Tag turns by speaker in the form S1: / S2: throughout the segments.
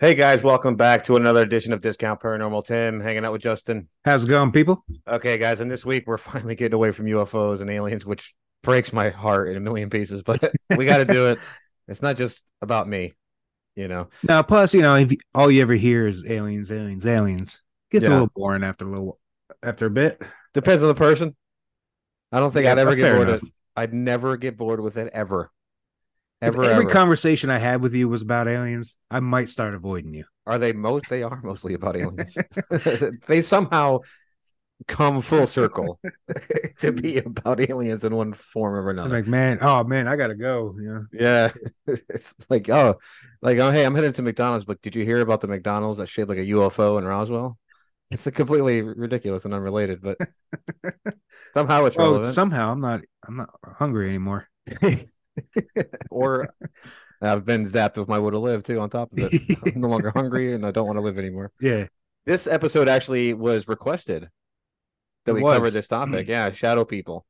S1: Hey guys, welcome back to another edition of Discount Paranormal. Tim hanging out with Justin.
S2: How's it going, people?
S1: Okay, guys, and this week we're finally getting away from UFOs and aliens, which breaks my heart in a million pieces, but we got to do it. It's not just about me, you know.
S2: Now, plus, you know, if you- all you ever hear is aliens, aliens, aliens. Gets
S1: Yeah.
S2: a little boring after a little, after a bit.
S1: Depends on the person. I don't think
S2: Yeah,
S1: I'd ever
S2: that's
S1: get
S2: fair
S1: bored
S2: enough.
S1: of. I'd never get bored with it ever.
S2: If
S1: Ever,
S2: every
S1: ever.
S2: conversation I had with you was about aliens, I might start avoiding you.
S1: are they most? They are mostly about aliens. they somehow come full circle to be about aliens in one form or
S2: I'm
S1: another.
S2: like, man, oh man, I gotta go. Yeah,
S1: Yeah. it's like, oh, like, oh, hey, I'm headed to McDonald's, but did you hear about the McDonald's that shaped like a UFO in Roswell? It's a completely ridiculous and unrelated, but somehow it's
S2: Oh,
S1: relevant.
S2: somehow I'm not, I'm not hungry anymore.
S1: or I've been zapped with my will to live too, on top of it. I'm no longer hungry and I don't want to live anymore.
S2: yeah,
S1: This episode actually was requested that
S2: It
S1: we
S2: was.
S1: cover this topic. yeah, shadow people.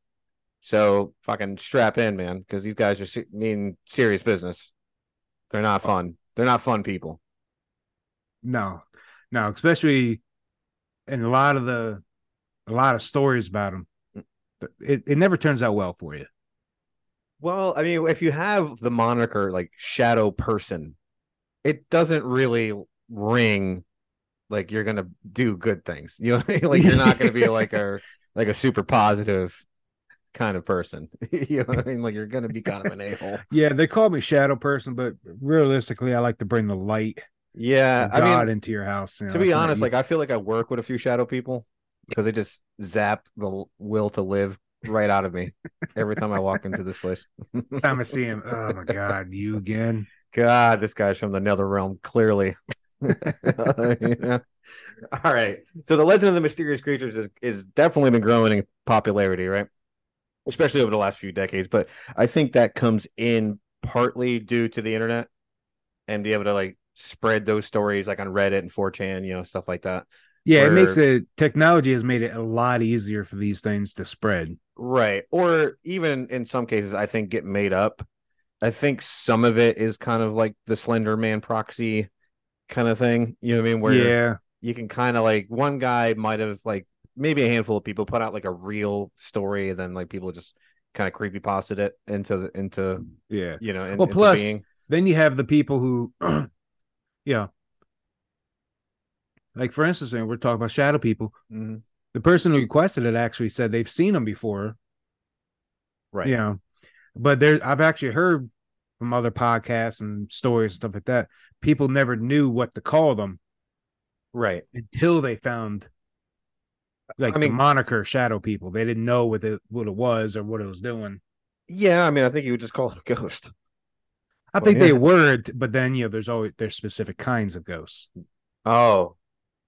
S1: So fucking strap in, man, because these guys are se- mean serious business. They're
S2: Oh.
S1: not fun. They're not fun people.
S2: no, no, especially in a lot of the, a lot of stories about them. It it never turns out well for you.
S1: Well, I mean, if you have the moniker like shadow person, it doesn't really ring like you're gonna do good things. You know, what I mean? like you're not gonna be like a like a super positive kind of person. you know what I mean? Like you're gonna be kind of an a hole.
S2: Yeah, they call me shadow person, but realistically, I like to bring the light
S1: Yeah,
S2: of
S1: I mean,
S2: God into your house. you know,
S1: to be
S2: it's not
S1: honest,
S2: easy.
S1: like I feel like I work with a few shadow people because they just zap the will to live right out of me every time I walk into this place.
S2: Next time I see him, oh my god, you again?
S1: God, this guy's from the nether realm, clearly. You know? All right. So the legend of the mysterious creatures is, is definitely been growing in popularity, right? Especially over the last few decades. But I think that comes in partly due to the internet and be able to like spread those stories like on Reddit and 4chan, you know, stuff like that.
S2: Yeah,
S1: Or-
S2: it makes it. Technology has made it a lot easier for these things to spread.
S1: Right. Or even in some cases, I think get made up. I think some of it is kind of like the Slender Man proxy kind of thing. You know what I mean? Where
S2: yeah,
S1: you can kind of like one guy might have like maybe a handful of people put out like a real story and then like people just kind of creepy posted it into the into
S2: yeah.
S1: you know in,
S2: Well,
S1: into
S2: plus-
S1: being.
S2: Then you have the people who, yeah, like for instance, when we're talking about shadow people.
S1: Mm-hmm.
S2: The person who requested it actually said they've seen them before.
S1: right
S2: you know but there i've actually heard from other podcasts and stories and stuff like that people never knew what to call them
S1: right
S2: until they found like
S1: I mean-
S2: the moniker shadow people they didn't know what it what it was or what it was doing
S1: yeah i mean i think you would just call it a ghost
S2: i
S1: Well,
S2: think
S1: yeah.
S2: they were but then you know there's always there's specific kinds of ghosts
S1: oh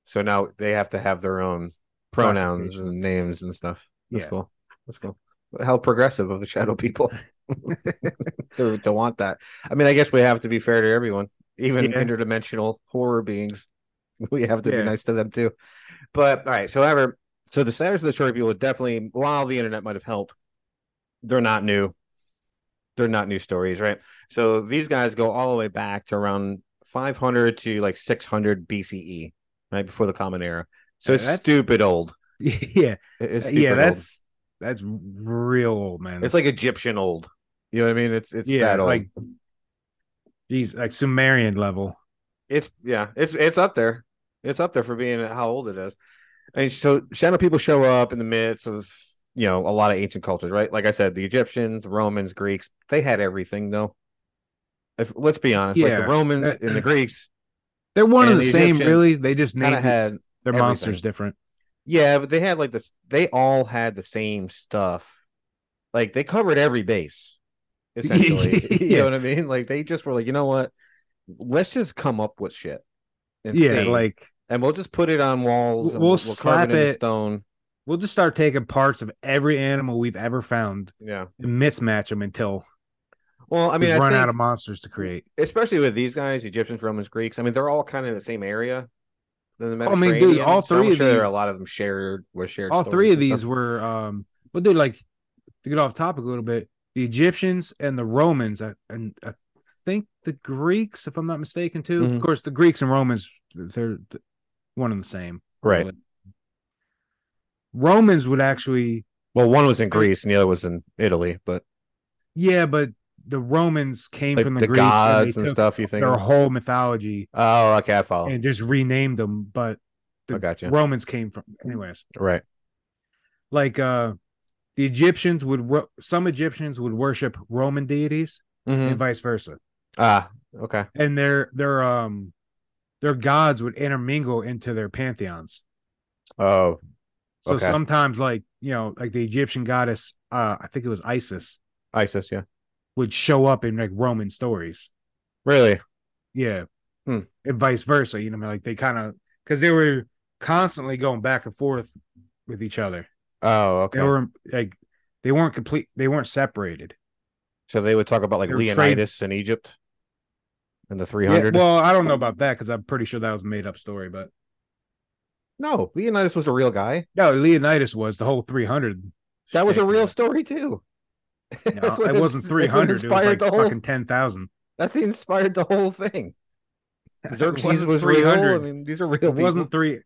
S1: so now they have to have their own pronouns
S2: Classification.
S1: and names and stuff that's
S2: Yeah.
S1: cool that's cool how progressive of the shadow people to, to want that i mean i guess we have to be fair to everyone even
S2: Yeah.
S1: interdimensional horror beings we have to be
S2: Yeah.
S1: nice to them too but all right so however so the status of the shadow people definitely while the internet might have helped they're not new they're not new stories right so these guys go all the way back to around 500 to like 600 bce E, right before the common era so
S2: Yeah,
S1: it's
S2: that's-
S1: stupid old
S2: yeah
S1: It- it's stupid
S2: yeah
S1: old.
S2: that's that's real old man
S1: it's like egyptian old you know what i mean it's it's
S2: yeah
S1: that old.
S2: like geez like sumerian level
S1: It's yeah, it's it's up there. It's up there for being how old it is. And so shadow people show up in the midst of you know a lot of ancient cultures, right? Like I said, the Egyptians, Romans, Greeks, they had everything though. If let's be honest, like the
S2: Yeah.
S1: Romans and the Greeks
S2: they're one
S1: And
S2: and the,
S1: the
S2: same
S1: Egyptians
S2: really they just
S1: kind
S2: named
S1: of
S2: it-
S1: had
S2: their
S1: everything.
S2: monsters different
S1: yeah, but they had like this they all had the same stuff. Like they covered every base, essentially. You
S2: Yeah.
S1: know what I mean? Like they just were like, you know what? Let's just come up with shit. and
S2: yeah
S1: see."
S2: like
S1: and we'll just put it on walls. and
S2: We'll
S1: carve
S2: slap
S1: it, into
S2: it.
S1: stone.
S2: we'll just start taking parts of every animal we've ever found
S1: Yeah.
S2: and mismatch them until
S1: Well, I mean,
S2: we
S1: I
S2: run
S1: think,
S2: out of monsters to create
S1: especially with these guys, Egyptians, Romans, Greeks. I mean, they're all kind of in the same area. In the
S2: Well, I mean, dude,
S1: Mediterranean,
S2: all
S1: so I'm
S2: three of
S1: sure there are a
S2: these-
S1: lot of them shared were shared.
S2: all
S1: stories
S2: three of
S1: and
S2: these
S1: stuff.
S2: were um well dude like to get off topic a little bit the egyptians and the romans I, and I think the Greeks, if I'm not mistaken, too.
S1: Mhm.
S2: Of course, the Greeks and Romans, they're th- one and the same.
S1: Right.
S2: But Romans would actually,
S1: Well, one was in Greece and the other was in Italy, but
S2: yeah, but the Romans came
S1: like
S2: from
S1: the,
S2: the, Greeks and,
S1: gods
S2: they
S1: and,
S2: took
S1: stuff. You think?
S2: their whole mythology
S1: Oh, okay, I follow.
S2: and just renamed them. But the
S1: I got you.
S2: Romans came from, anyways.
S1: Right.
S2: like uh the Egyptians would wo- some Egyptians would worship Roman deities
S1: Mhm.
S2: and vice versa,
S1: Ah, okay.
S2: and their their um their gods would intermingle into their pantheons.
S1: Oh,
S2: So
S1: Okay.
S2: sometimes, like you know, like the Egyptian goddess, uh, I think it was Isis,
S1: ISIS. Yeah.
S2: would show up in like Roman stories,
S1: Really?
S2: yeah,
S1: Hmm.
S2: and vice versa. You know, what I mean? like they kind of because they were constantly going back and forth with each other.
S1: Oh, okay.
S2: They were like they weren't complete, they weren't separated.
S1: so they would talk about like
S2: they were trade-
S1: Leonidas in Egypt and the three
S2: Yeah,
S1: hundred.
S2: well, I don't know about that because I'm pretty sure that was a made up story. But
S1: no, Leonidas was a real guy.
S2: no, Leonidas was the whole 300.
S1: That was a
S2: shtick.
S1: real story too.
S2: No,
S1: That's what
S2: it wasn't
S1: ins- that's what
S2: 300. It was
S1: inspired
S2: like
S1: the whole-
S2: fucking 10,000.
S1: That's what inspired the whole thing.
S2: It
S1: Xerxes
S2: wasn't
S1: was real. I
S2: 300.
S1: mean, these are real.
S2: It wasn't
S1: people.
S2: three.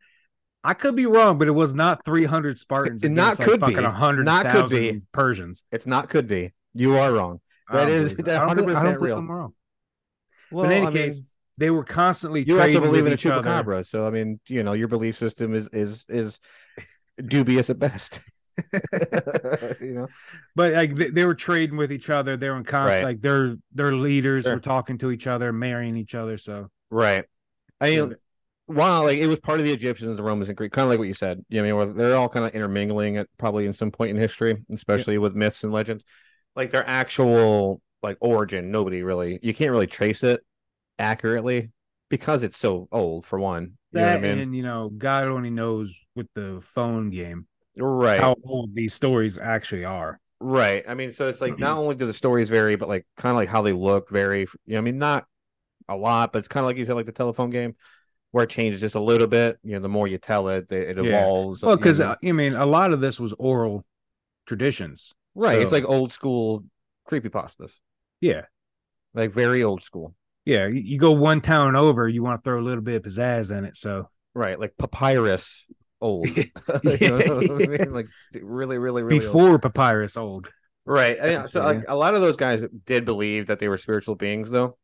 S2: I could be wrong, but it was not 300 Spartans.
S1: It not
S2: against, like,
S1: could be.
S2: fucking
S1: Not could be.
S2: 100,000 Persians.
S1: It's not. Could be. You are wrong.
S2: I
S1: That
S2: don't
S1: is-
S2: believe it.
S1: that
S2: I don't think- I
S1: 100%
S2: don't think
S1: real.
S2: I'm wrong.
S1: Well,
S2: in any
S1: I
S2: case,
S1: mean,
S2: They were constantly
S1: you
S2: trading
S1: also believe in
S2: with
S1: a
S2: each other.
S1: chupacabra. So I mean, you know, your belief system is is is dubious at best. you know.
S2: But like they, they were trading with each other. They were in constant
S1: Right.
S2: like their their leaders
S1: Sure.
S2: were talking to each other, marrying each other. So
S1: Right. I
S2: Yeah,
S1: mean, wow, like it was part of the Egyptians, the Romans, and Greek, kind of like what you said. You know, I mean, where they're all kind of intermingling at probably in some point in history, especially with myths and legends. Like their actual like origin, nobody really you can't really trace it accurately because it's so old for one. You
S2: that
S1: know what I mean?
S2: and you know god only knows with the phone game
S1: Right.
S2: how old these stories actually are
S1: Right. I mean, so it's like not only do the stories vary, but like kind of like how they look vary. You know, I mean, not a lot, but it's kind of like you said, like the telephone game, where it changes just a little bit. You know, the more you tell it, it, it
S2: Yeah.
S1: evolves.
S2: well uh,
S1: you
S2: because
S1: know.
S2: i mean a lot of this was oral traditions
S1: right, it's
S2: so-
S1: like old school creepy pastas,
S2: yeah
S1: like very old school.
S2: yeah you- you go one town over you want to throw a little bit of pizzazz in it so
S1: Right, like papyrus old. You
S2: Yeah.
S1: know what I mean? Like st- really, really, really old.
S2: before papyrus old
S1: Right. I-
S2: Yeah,
S1: so
S2: so,
S1: like a lot of those guys did believe that they were spiritual beings though.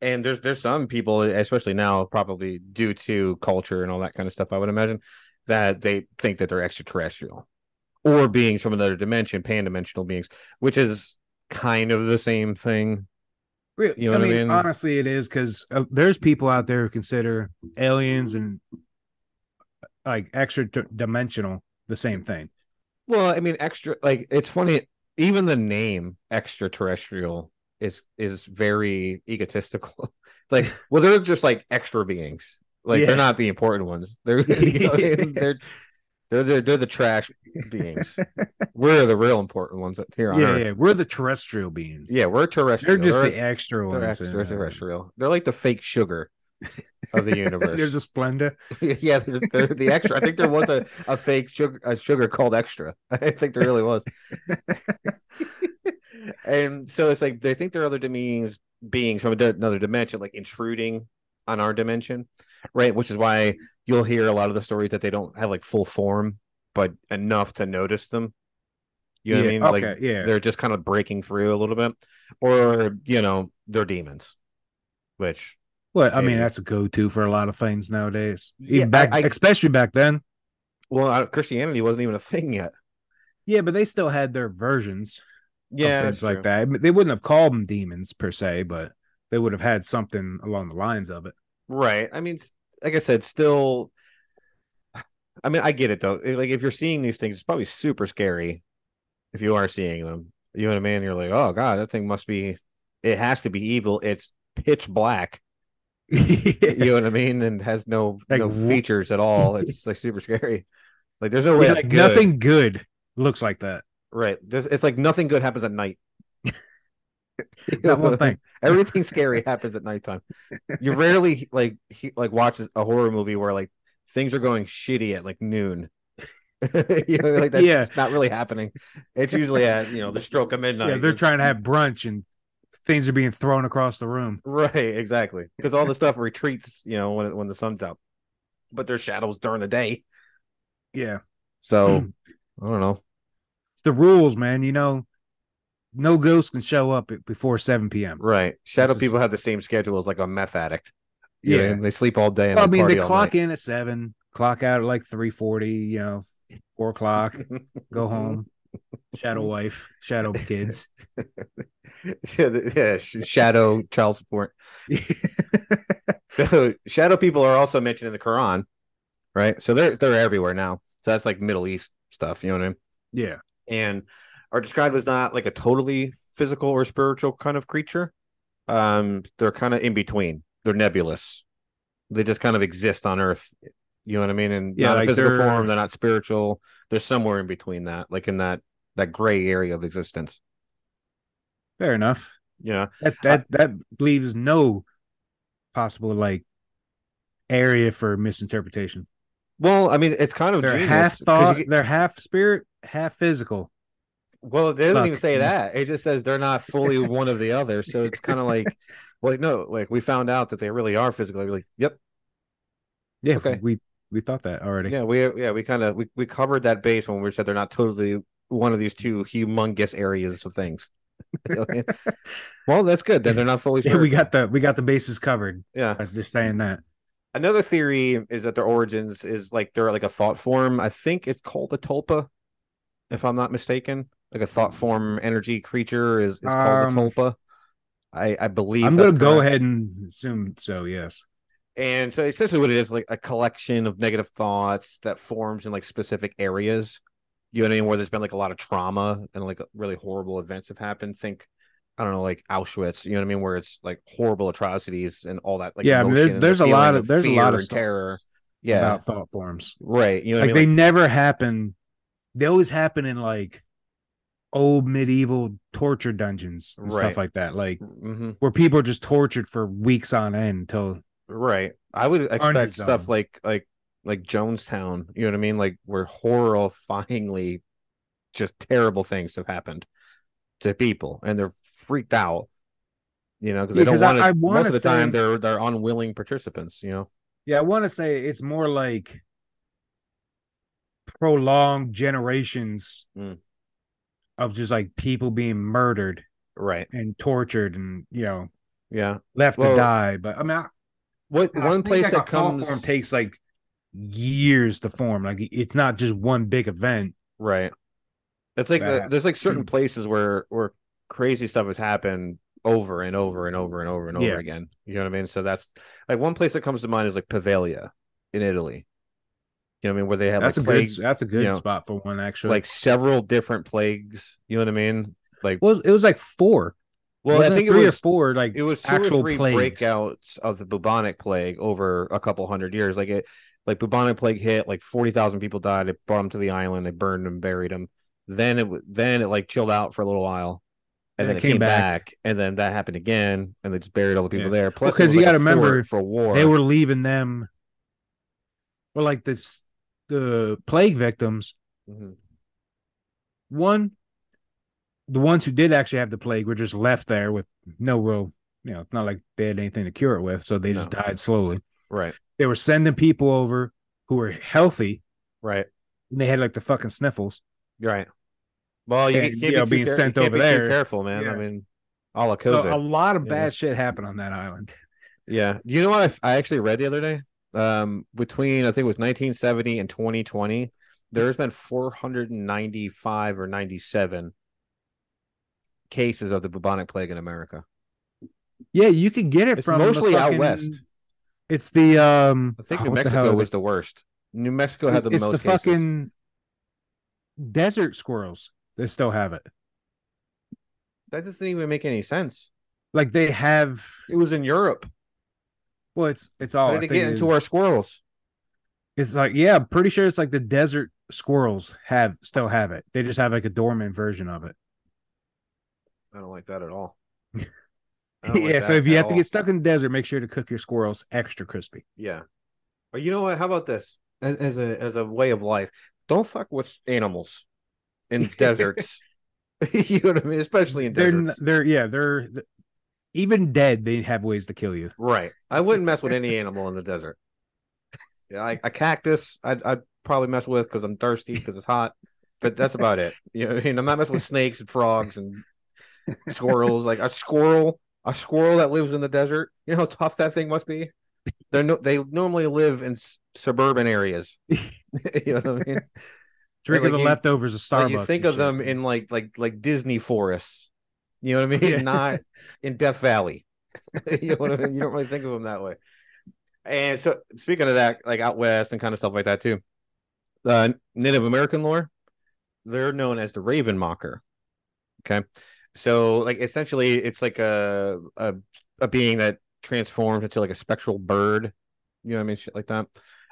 S1: And there's there's some people, especially now, probably due to culture and all that kind of stuff, I would imagine, that they think that they're extraterrestrial or beings from another dimension, pan-dimensional beings, which is kind of the same thing.
S2: really
S1: You know
S2: i
S1: what I
S2: mean
S1: mean?
S2: honestly it is because uh, there's people out there who consider aliens and like extra d- dimensional the same thing
S1: Well, I mean, extra like it's funny, even the name extraterrestrial is is very egotistical. like, well, they're just like extra beings. Like
S2: Yeah.
S1: they're not the important ones. They're you know, they're, they're they're they're the trash beings. We're the real important ones up here on
S2: yeah
S1: Earth.
S2: yeah
S1: Yeah.
S2: we're the terrestrial beings
S1: we're terrestrial.
S2: they're just the extra
S1: they're
S2: ones
S1: extra-
S2: and, uh,
S1: terrestrial. They're like the fake sugar of the universe.
S2: There's a Splenda.
S1: yeah, they're, they're the extra. I think there was a, a fake sugar a sugar called extra. I think there really was. and so it's like they think there are other beings beings from another dimension, like intruding on our dimension, right? Which is why you'll hear a lot of the stories that they don't have like full form, but enough to notice them. You know
S2: yeah,
S1: what I mean?
S2: Okay,
S1: Like
S2: yeah.
S1: they're just kind of breaking through a little bit, or you know they're demons, which
S2: Well, I
S1: Maybe.
S2: mean, that's a go-to for a lot of things nowadays. Even
S1: Yeah, I-
S2: back,
S1: I-
S2: especially back then.
S1: well I- Christianity wasn't even a thing yet.
S2: Yeah, but they still had their versions. of
S1: that's
S2: things like
S1: true.
S2: that. I mean, They wouldn't have called them demons per se, but they would have had something along the lines of it.
S1: Right. I mean, s- like I said, still. I mean, I get it though. It- Like, if you're seeing these things, it's probably super scary. If you are seeing them, you know what I mean. You're like, oh god, that thing must be. It has to be evil. It's pitch black. You know what I mean, and has no
S2: Like,
S1: no
S2: wh-
S1: features at all. It's like super scary. Like, there's no way
S2: Yeah,
S1: that's
S2: like,
S1: good.
S2: nothing good looks like that.
S1: Right. There's, it's like nothing good happens at night. You know
S2: Not one
S1: what I mean?
S2: thing.
S1: Everything scary happens at nighttime. You rarely like he, like watches a horror movie where like things are going shitty at like noon. you know, like that's
S2: Yeah.
S1: it's not really happening. It's usually at you know the stroke of midnight.
S2: yeah, they're
S1: It's-
S2: trying to have brunch and things are being thrown across the room.
S1: Right, exactly. Because all the stuff retreats, you know, when it, when the sun's out, but there's shadows during the day.
S2: Yeah, Hmm.
S1: So I don't know.
S2: it's the rules, man. You know, no ghosts can show up at- before seven p.m.
S1: Right, shadow
S2: This is-
S1: people have the same schedule as like a meth addict. You know,
S2: Yeah,
S1: and they sleep all day. And
S2: well, I
S1: then
S2: mean they
S1: party all
S2: clock in at seven, clock out at like three forty. You know, four o'clock,
S1: night.
S2: go home. Shadow wife, shadow kids.
S1: yeah, the- yeah, sh- shadow child support. So, shadow people are also mentioned in the Quran, right? So they're they're everywhere now. So that's like Middle East stuff, you know what I mean?
S2: yeah,
S1: And are described as not like a totally physical or spiritual kind of creature. Um, they're kind of in between. They're nebulous. They just kind of exist on Earth. You know what I mean? And
S2: Yeah,
S1: not
S2: like
S1: a physical
S2: they're-
S1: form. They're not spiritual. They're somewhere in between that, like in that that gray area of existence.
S2: fair enough.
S1: Yeah.
S2: That that that leaves no possible like area for misinterpretation.
S1: Well, I mean, it's kind of
S2: They're
S1: genius,
S2: half
S1: Oh, 'cause you
S2: thought,
S1: get-
S2: they're half spirit, half physical.
S1: Well, it doesn't
S2: Fuck.
S1: even say that. It just says they're not fully one of the other. So it's kind of like, like no, like we found out that they really are physically. We're like, yep,
S2: Yeah,
S1: Okay.
S2: we we thought that already.
S1: yeah, we yeah we kind of we, we covered that base when we said they're not totally one of these two humongous areas of things. Okay. well, that's good. Then they're not fully.
S2: Yeah, we
S1: spherical.
S2: got the we got the bases covered.
S1: yeah.
S2: As they're saying that.
S1: Another theory is that their origins is like they're like a thought form. I think it's called a tulpa, if I'm not mistaken. Like a thought form energy creature is, is called a
S2: Hmm. Um,
S1: tulpa. I, I believe
S2: I'm
S1: that's
S2: gonna go
S1: correct.
S2: ahead and assume so. Yes.
S1: And so essentially what it is like a collection of negative thoughts that forms in like specific areas. You know what I mean? Where there's been like a lot of trauma and like really horrible events have happened. Think I don't know, like Auschwitz, you know what I mean? Where it's like horrible atrocities and all that. Like
S2: yeah, I mean,
S1: emotion and the
S2: there's there's a
S1: feeling
S2: lot of there's a
S1: fear
S2: lot of
S1: and
S2: stuff
S1: terror. Yeah.
S2: about thought forms.
S1: right. You know what
S2: like
S1: I mean?
S2: they never happen. They always happen in like old medieval torture dungeons and
S1: Right.
S2: stuff like that. Like
S1: hmm
S2: where people are just tortured for weeks on end until
S1: Right. I would expect
S2: Hundreds of
S1: stuff
S2: them.
S1: like like like Jonestown, you know what I mean? Like where horrifyingly just terrible things have happened to people and they're freaked out. You know, because they
S2: Yeah,
S1: don't
S2: 'cause I-
S1: want to
S2: I
S1: most
S2: wanna
S1: of the time
S2: say-
S1: they're they're unwilling participants, you know.
S2: Yeah, I want to say it's more like prolonged generations
S1: Mm.
S2: of just like people being murdered
S1: Right.
S2: and tortured and you know
S1: Yeah.
S2: left
S1: Well,
S2: to die. But I mean, I,
S1: What
S2: I
S1: one
S2: think,
S1: place
S2: like,
S1: that
S2: a thought
S1: comes
S2: form takes like years to form. Like it's not just one big event.
S1: Right. It's like the,
S2: That-
S1: there's like certain places where where crazy stuff has happened over and over and over and over and over
S2: Yeah.
S1: again. You know what I mean? So that's like one place that comes to mind is like Pavia in Italy. You know what I mean? Where they had
S2: That's
S1: like
S2: a good.
S1: plague-
S2: That's a good
S1: you know,
S2: spot for one actually.
S1: like several different plagues. You know what I mean? Like
S2: well, it was like four.
S1: well, I
S2: Wasn't it
S1: think it
S2: three
S1: was
S2: or four. Like
S1: it was two
S2: actual
S1: or three
S2: plagues.
S1: breakouts of the bubonic plague over a couple hundred years. Like it, like bubonic plague hit, like forty thousand people died. It brought them to the island. They burned them, buried them. Then it, w- then it like chilled out for a little while, and, then
S2: Then it
S1: it came,
S2: came
S1: back.
S2: back.
S1: and then that happened again, and they just buried all the people
S2: Yeah.
S1: there. Plus, it
S2: 'cause
S1: was,
S2: you
S1: like,
S2: gotta
S1: a fort
S2: remember,
S1: for war,
S2: they were leaving them or like the s- the plague victims
S1: Mhm.
S2: one the ones who did actually have the plague were just left there with no real you know it's not like they had anything to cure it with so they just
S1: No.
S2: died slowly
S1: right,
S2: they were sending people over who were healthy
S1: right,
S2: and they had like the fucking sniffles
S1: right. Well, you
S2: And,
S1: can't
S2: you
S1: be
S2: know,
S1: too
S2: being
S1: care- you
S2: sent
S1: can't
S2: over
S1: be too
S2: there.
S1: Careful, man. I
S2: Yeah.
S1: mean, a la
S2: so
S1: COVID.
S2: a lot of
S1: Yeah.
S2: bad shit happened on that island
S1: Yeah. Do you know what I, f- I actually read the other day? Um, between I think it was 1970 and 2020, there's been 495 or 97 cases of the bubonic plague in America.
S2: yeah you could get it
S1: It's
S2: from the
S1: mostly out
S2: fucking-
S1: west.
S2: it's the um
S1: I think
S2: oh,
S1: New
S2: what the hell
S1: Mexico
S2: are
S1: was the worst. New Mexico
S2: they-
S1: had the
S2: it's
S1: most
S2: the
S1: cases.
S2: fucking desert squirrels that still have it
S1: That doesn't even make any sense.
S2: like they have
S1: It was in Europe.
S2: well it's it's all
S1: How
S2: Oh, I
S1: did it
S2: think
S1: get
S2: it
S1: into
S2: is-
S1: our squirrels?
S2: It's like, yeah, I'm pretty sure it's like the desert squirrels have still have it. They just have like a dormant version of it.
S1: I don't like that at all. I
S2: Yeah,
S1: don't like
S2: so
S1: that
S2: if you
S1: at
S2: have to
S1: all.
S2: get stuck in the desert, make sure to cook your squirrels extra crispy.
S1: Yeah. But you know what? How about this? As, as a as a way of life, don't fuck with animals in deserts. you know what I mean? Especially in
S2: They're n-
S1: deserts.
S2: they're yeah, they're th- even dead, they have ways to kill you.
S1: Right. I wouldn't mess with any animal in the desert. Yeah, Like a cactus, I'd, I'd probably mess with because I'm thirsty because it's hot. But that's about it. You know, what I mean? I'm not messing with snakes and frogs and squirrels. Like a squirrel, a squirrel that lives in the desert. You know how tough that thing must be. They're no, they normally live in s- suburban areas. you know what I mean?
S2: Drinking
S1: like
S2: the
S1: you-
S2: leftovers of Starbucks.
S1: Like you think
S2: and
S1: of
S2: shit.
S1: them in like like like Disney forests. You know what I mean?
S2: Yeah.
S1: Not in Death Valley. you know what I mean? You don't really think of them that way. And so speaking of that, like out west and kind of stuff like that too. Uh, Native American lore, they're known as the Raven Mocker. Okay. So like essentially it's like a a, a being that transforms into like a spectral bird, you know what I mean? Shit like that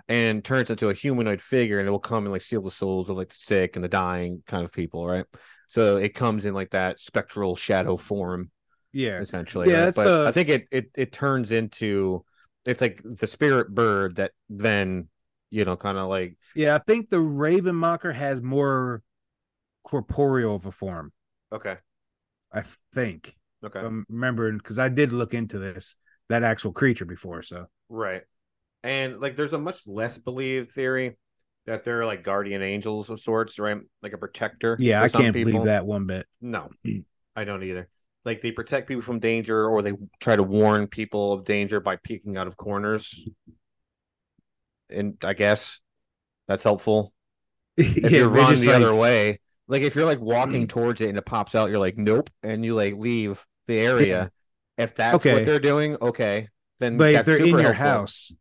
S1: and turns into a humanoid figure and it will come and like steal the souls of like the sick and the dying kind of people, right? So it comes in like that spectral shadow form,
S2: Yeah.
S1: essentially.
S2: Yeah,
S1: right?
S2: it's
S1: but
S2: the-
S1: I think it, it it turns into it's like the spirit bird that then you know kind of like
S2: Yeah. I think the Raven Mocker has more corporeal of a form,
S1: okay
S2: I think.
S1: okay
S2: I'm remembering because I did look into this, that actual creature before. So,
S1: right, and like there's a much less believed theory that they're like guardian angels of sorts, right? Like a protector.
S2: yeah,
S1: for
S2: I
S1: some
S2: can't
S1: people.
S2: believe that one bit.
S1: No, I don't either. Like they protect people from danger, or they try to warn people of danger by peeking out of corners. And I guess that's helpful if
S2: yeah,
S1: you
S2: they
S1: run
S2: just
S1: the
S2: like- Mm.
S1: other way. Like if you're like walking towards it and it pops out, you're like, nope, and you like leave the area. If that's
S2: Okay.
S1: what they're doing, okay, then
S2: But if
S1: that's
S2: they're in
S1: super
S2: your
S1: helpful.
S2: house,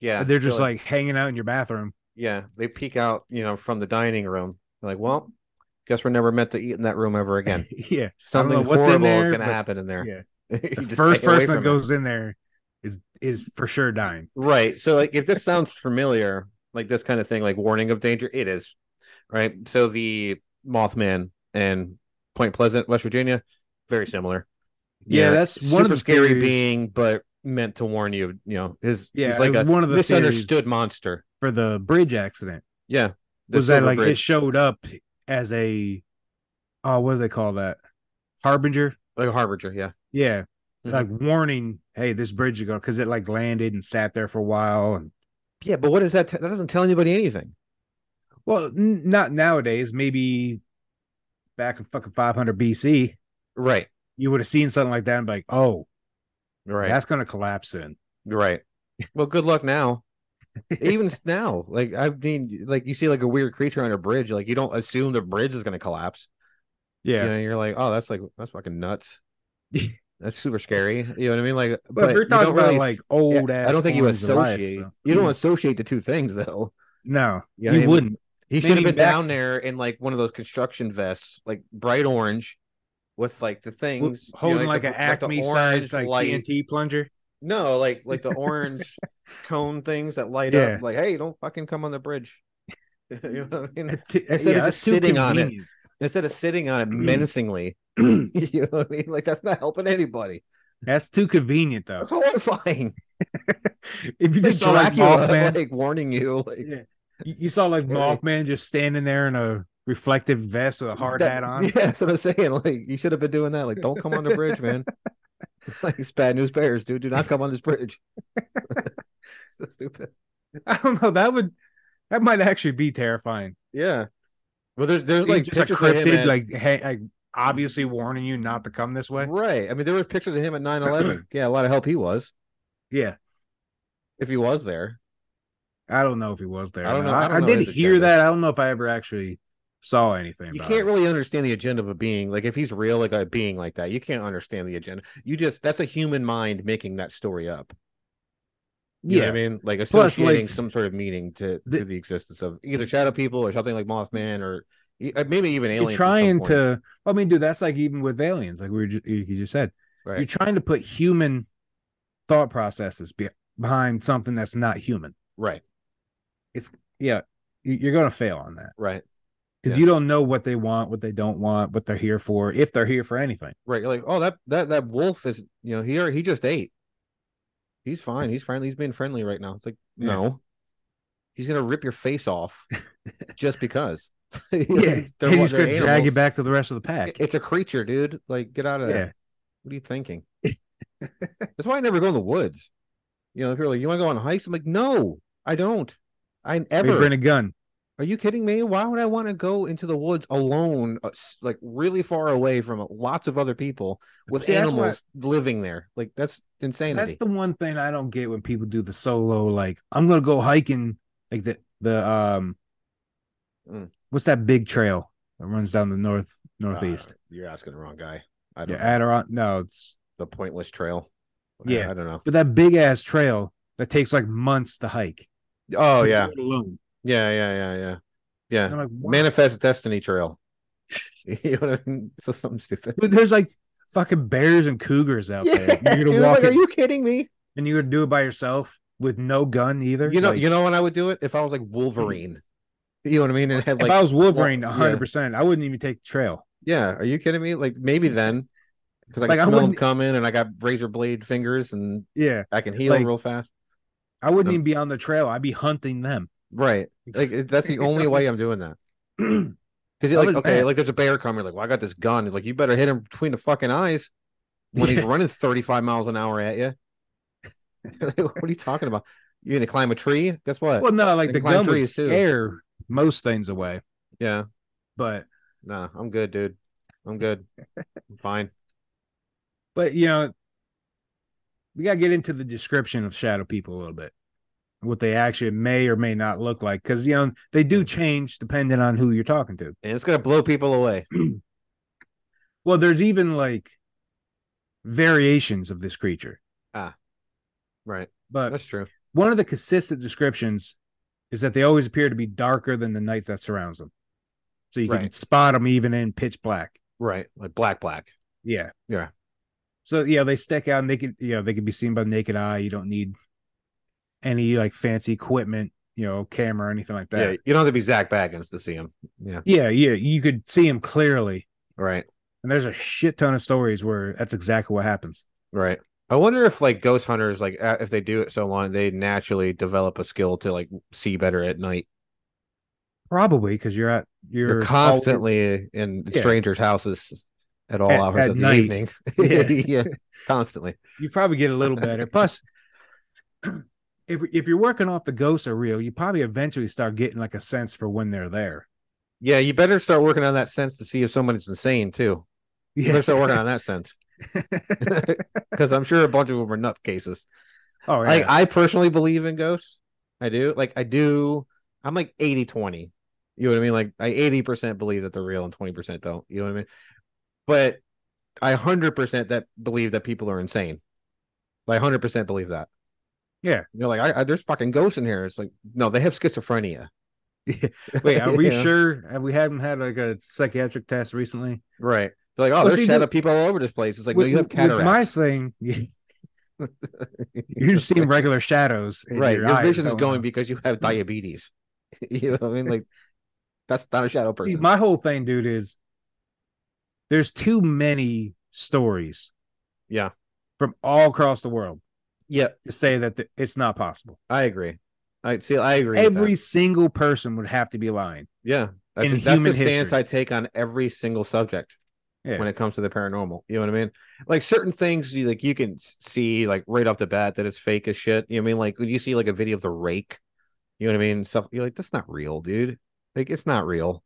S1: yeah,
S2: they're just like hanging out in your bathroom.
S1: yeah, they peek out, you know, from the dining room. They're like, well, guess we're never meant to eat in that room ever again.
S2: yeah.
S1: something
S2: know what's in
S1: horrible is
S2: there,
S1: going to
S2: but-
S1: happen in there.
S2: yeah.
S1: You
S2: The
S1: just
S2: first
S1: stay away
S2: person that
S1: from it.
S2: goes in there is is for sure dying.
S1: right. So, like, if this sounds familiar, like this kind of thing, like warning of danger, it is right. So the Mothman and Point Pleasant, West Virginia, very similar. You
S2: Yeah,
S1: know,
S2: that's
S1: super
S2: one of the
S1: scary
S2: theories-
S1: being, but meant to warn you. You know, is
S2: Yeah,
S1: he's
S2: it
S1: like
S2: was
S1: a
S2: one of the
S1: misunderstood monster.
S2: for the bridge accident.
S1: Yeah, the
S2: was that
S1: Silver
S2: like it
S1: Bridge.
S2: showed up as a oh what do they call that harbinger?
S1: like a harbinger? Yeah,
S2: Yeah,
S1: Mhm.
S2: like warning. Hey, this bridge is going because it like landed and sat there for a while. And
S1: yeah. But what is that? that doesn't tell anybody anything.
S2: well, n- not nowadays. Maybe back in fucking 500 BC,
S1: Right.
S2: you would have seen something like that and be like, oh,
S1: Right.
S2: that's going to collapse in.
S1: Right. Well, good luck now. Even s- now, like I mean, like you see like a weird creature on a bridge, like you don't assume the bridge is going to collapse. You
S2: Yeah,
S1: know, you're like, oh, that's like that's fucking nuts.
S2: Yeah.
S1: that's super scary. You know what I mean? Like,
S2: but, if you're
S1: you
S2: talking
S1: don't
S2: about
S1: really
S2: like
S1: f- yeah,
S2: old ass.
S1: I don't think you
S2: forms of life,
S1: associate.
S2: so-
S1: You don't associate the two things though.
S2: No,
S1: You know what I
S2: you
S1: mean?
S2: wouldn't.
S1: He should have
S2: Maybe
S1: been
S2: back-
S1: down there in like one of those construction vests, like bright orange, with like the things you know,
S2: Holding like,
S1: the
S2: an
S1: br- the
S2: Acme
S1: orange
S2: sized like
S1: light.
S2: TNT plunger.
S1: No, like like the orange cone things that light
S2: Yeah.
S1: up. Like, hey, don't fucking come on the bridge. you know what I mean?
S2: It's too,
S1: Instead of
S2: yeah,
S1: just
S2: that's too
S1: sitting on it.
S2: convenient.
S1: Instead of sitting on it
S2: Mm.
S1: menacingly, you know what I mean? Like that's not helping anybody.
S2: That's too convenient though.
S1: That's horrifying.
S2: If you just saw like
S1: Dracula,
S2: Mothman,
S1: like warning you, like
S2: Yeah. you you saw like
S1: scary.
S2: Mothman just standing there in a reflective vest with a hard
S1: that-
S2: hat on.
S1: Yeah, that's what I'm saying. Like you should have been doing that. Like, don't come on the bridge, man. like it's bad news bears, dude. Do not come on this bridge. so stupid.
S2: I don't know. That would that might actually be terrifying.
S1: Yeah. Well, there's there's
S2: It's
S1: like
S2: like just a
S1: pictures of him
S2: cryptid,
S1: at-
S2: like, hey, like obviously warning you not to come this way.
S1: Right. I mean, there was pictures of him at 9-11. yeah, a lot of help he was
S2: Yeah,
S1: if he was there.
S2: I don't know if he was there.
S1: I don't
S2: No,
S1: know- I
S2: I,
S1: don't
S2: I
S1: know
S2: did
S1: his
S2: hear
S1: agenda.
S2: that. I don't know if I ever actually saw anything.
S1: You
S2: about
S1: can't
S2: it.
S1: really understand the agenda of a being. Like if he's real, like a being like that, you can't understand the agenda. You just that's a human mind making that story up. You know
S2: yeah,
S1: what I mean? Like
S2: Plus,
S1: associating
S2: like,
S1: some sort of meaning to,
S2: the-
S1: to the existence of either shadow people or something like Mothman or uh, maybe even aliens. at
S2: you're
S1: some
S2: trying
S1: point.
S2: to. I mean, dude, that's like even with aliens, like we were just, you just said.
S1: right.
S2: You're trying to put human thought processes be- behind something that's not human.
S1: right,
S2: Yeah, you- you're going to fail on that
S1: right,
S2: because
S1: Yeah.
S2: you don't know what they want, what they don't want, what they're here for, if they're here for anything.
S1: right. You're like, oh, that that that wolf is you know he already- he just ate. He's fine. He's friendly. He's being friendly right now. It's like
S2: Yeah.
S1: no, he's gonna rip your face off just because. They're
S2: and
S1: wa-
S2: he's
S1: they're
S2: going to drag you
S1: animals.
S2: back to the rest of the
S1: It-
S2: pack.
S1: It's a creature, dude. Like, get out of
S2: Yeah,
S1: there. What are you thinking? That's why I never go in the woods. You know, if you're like, you want to go on hikes? I'm like, no, I don't. I
S2: They
S1: ever.
S2: bring a gun.
S1: Are you kidding me? Why would I want to go into the woods alone, uh, s- like really far away from lots of other people with
S2: See, that's what-
S1: animals living there? Like that's insanity.
S2: That's the one thing I don't get when people do the solo. Like, I'm gonna go hiking, like the the um,
S1: Mm.
S2: what's that big trail that runs down the north
S1: Uh,
S2: northeast?
S1: you're asking the wrong guy. I
S2: yeah,
S1: don't know.
S2: Adiron. No, it's
S1: the pointless trail.
S2: Yeah.
S1: I don't know.
S2: but that big ass trail that takes like months to hike.
S1: Oh
S2: You
S1: yeah,
S2: do it alone.
S1: yeah, yeah, yeah, yeah, yeah.
S2: And I'm like, why?
S1: Manifest Destiny Trail. you know what I mean? So something stupid.
S2: Dude, there's like fucking bears and cougars out there.
S1: Yeah,
S2: You're gonna
S1: dude,
S2: walk
S1: like,
S2: it,
S1: are you kidding me?
S2: and you're gonna do it by yourself with no gun either.
S1: You know,
S2: Like,
S1: you know when I would do it if I was like Wolverine. You know what I mean? And had
S2: if
S1: like,
S2: I was Wolverine,
S1: yeah.
S2: 100, percent I wouldn't even take the trail.
S1: yeah, are you kidding me? Like maybe then, because I
S2: Like,
S1: can
S2: I
S1: smell them
S2: wouldn't-
S1: coming, and I got razor blade fingers, and
S2: Yeah,
S1: I can heal
S2: Like-
S1: real fast.
S2: I wouldn't
S1: Um,
S2: even be on the trail. I'd be hunting them.
S1: Right? Like it- that's the only way I'm doing that. Because
S2: Other
S1: like
S2: than
S1: okay,
S2: that-
S1: like there's a bear coming. Like, well, I got this gun. Like, you better hit him between the fucking eyes when he's
S2: Yeah.
S1: running 35 miles an hour at you. Like, what are you talking about? You gonna climb a tree? Guess what?
S2: Well, no, like
S1: They
S2: the
S1: climb
S2: gun would
S1: trees, too.
S2: scare most things away,
S1: Yeah.
S2: but
S1: Nah, I'm good, dude. I'm good. I'm fine.
S2: but you know, we gotta get into the description of shadow people a little bit, what they actually may or may not look like, because you know they
S1: Mm.
S2: do change depending on who you're talking to.
S1: And it's gonna blow people away.
S2: Well, there's even like variations of this creature,
S1: Right.
S2: but
S1: That's true.
S2: one of the consistent descriptions is that they always appear to be darker than the night that surrounds them, so you can
S1: Right.
S2: spot them even in pitch black.
S1: Right. Like black, black.
S2: Yeah.
S1: Yeah.
S2: So yeah, they stick out and they could you know, they could be seen by the naked eye. You don't need any like fancy equipment, you know, camera or anything like
S1: Yeah.
S2: that.
S1: You don't have to be Zach Baggins to see him. Yeah.
S2: Yeah, yeah. you could see them clearly.
S1: Right.
S2: And there's a shit ton of stories where that's exactly what happens.
S1: Right. I wonder if like ghost hunters, like uh, if they do it so long, they naturally develop a skill to like see better at night.
S2: Probably because you're at you're,
S1: You're,
S2: always-
S1: constantly in
S2: Yeah.
S1: strangers' houses at all
S2: At-
S1: hours
S2: at
S1: of the
S2: night.
S1: evening.
S2: Yeah.
S1: yeah. Constantly.
S2: you probably get a little better. Plus, if if you're working off the ghosts are real, you probably eventually start getting like a sense for when they're there.
S1: Yeah, you better start working on that sense to see if someone's insane too. You better start working on that sense. Because I'm sure a bunch of them are nutcases.
S2: oh, yeah.
S1: Like I personally believe in ghosts. I do. Like I do. I'm like 80 20. You know what I mean? Like I 80% believe that they're real and 20% don't. You know what I mean? But I 100% that believe that people are insane. Like 100% believe that.
S2: Yeah.
S1: You're like, I, I, there's fucking ghosts in here. It's like, no, they have schizophrenia.
S2: Wait, are we
S1: Yeah.
S2: sure? Have we haven't had like a psychiatric test recently?
S1: Right. They're like, oh,
S2: Well,
S1: there's
S2: see,
S1: shadow
S2: the-
S1: people all over this place. It's like, no, you have
S2: my
S1: cataracts.
S2: thing, you're just seeing regular shadows. in
S1: right.
S2: your,
S1: Your,
S2: eyes,
S1: vision is
S2: don't
S1: going
S2: you?
S1: because you have diabetes. you know what I mean? Like, that's not a shadow
S2: See,
S1: person.
S2: My whole thing, dude, is there's too many stories.
S1: Yeah.
S2: from all across the world
S1: yeah.
S2: to say that th- it's not possible.
S1: I agree. I see. I agree. with that.
S2: Every single person would have to be lying.
S1: yeah, that's,
S2: in
S1: that's the
S2: human
S1: stance
S2: history.
S1: I take on every single subject
S2: Yeah.
S1: when it comes to the paranormal. You know what I mean? Like certain things, you, like you can s- see like right off the bat that it's fake as shit. You know what I mean? Like when you see like a video of the rake, you know what I mean? Stuff you're like, that's not real, dude. Like it's not real.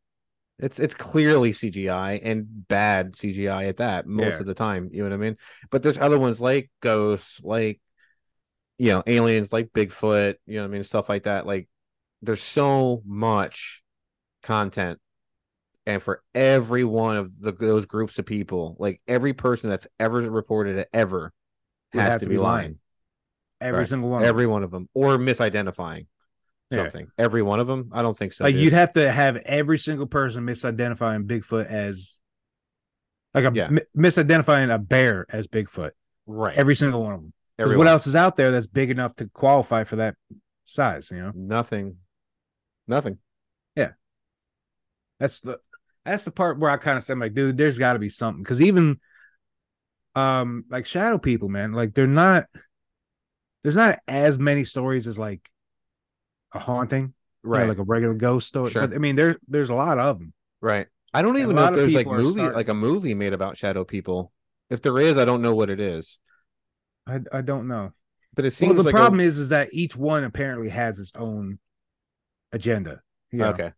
S1: It's it's clearly CGI and bad CGI at that most
S2: Yeah.
S1: of the time. You know what I mean? But there's other ones like ghosts, like you know, aliens, like Bigfoot. You know what I mean? Stuff like that. Like there's so much content and for every one of the, those groups of people like every person that's ever reported it ever
S2: Would
S1: has
S2: have
S1: to, be lying,
S2: Every
S1: Right.
S2: single one.
S1: every one of them or misidentifying
S2: Yeah.
S1: something every one of them i don't think so
S2: like
S1: dude.
S2: you'd have to have every single person misidentifying Bigfoot as like a
S1: Yeah.
S2: mi- misidentifying a bear as Bigfoot.
S1: right
S2: Every single one of them. Because
S1: Everyone.
S2: what else is out there that's big enough to qualify for that size? You know,
S1: nothing nothing
S2: that's the that's the part where I kind of said, like, dude, there's got to be something. Because even um, like shadow people, man, like they're not there's not as many stories as like a haunting, you know,
S1: right
S2: like a regular ghost story.
S1: Sure.
S2: But I mean, there there's a lot of them.
S1: right i don't
S2: a
S1: even know
S2: lot
S1: if
S2: of
S1: there's like
S2: people are
S1: movie
S2: starting-
S1: like a movie made about shadow people if there is i don't know what it is
S2: I I don't know.
S1: But it seems
S2: Well, the
S1: like
S2: problem is is that each one apparently has its own agenda.
S1: A,
S2: you know?
S1: Okay,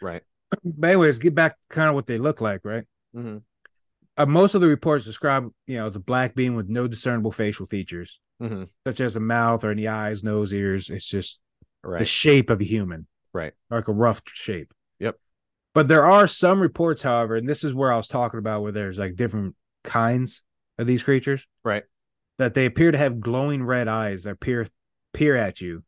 S1: right.
S2: But anyways, get back to kind of what they look like, right?
S1: Mm-hmm.
S2: Uh, most of the reports describe, you know, the black being with no discernible facial features,
S1: Mhm.
S2: such as a mouth or any eyes, nose, ears. It's just the
S1: Right.
S2: shape of a human.
S1: Right.
S2: Like a rough shape.
S1: Yep.
S2: But there are some reports, however, and this is where I was talking about where there's like different kinds of these creatures.
S1: Right.
S2: That they appear to have glowing red eyes that peer peer at you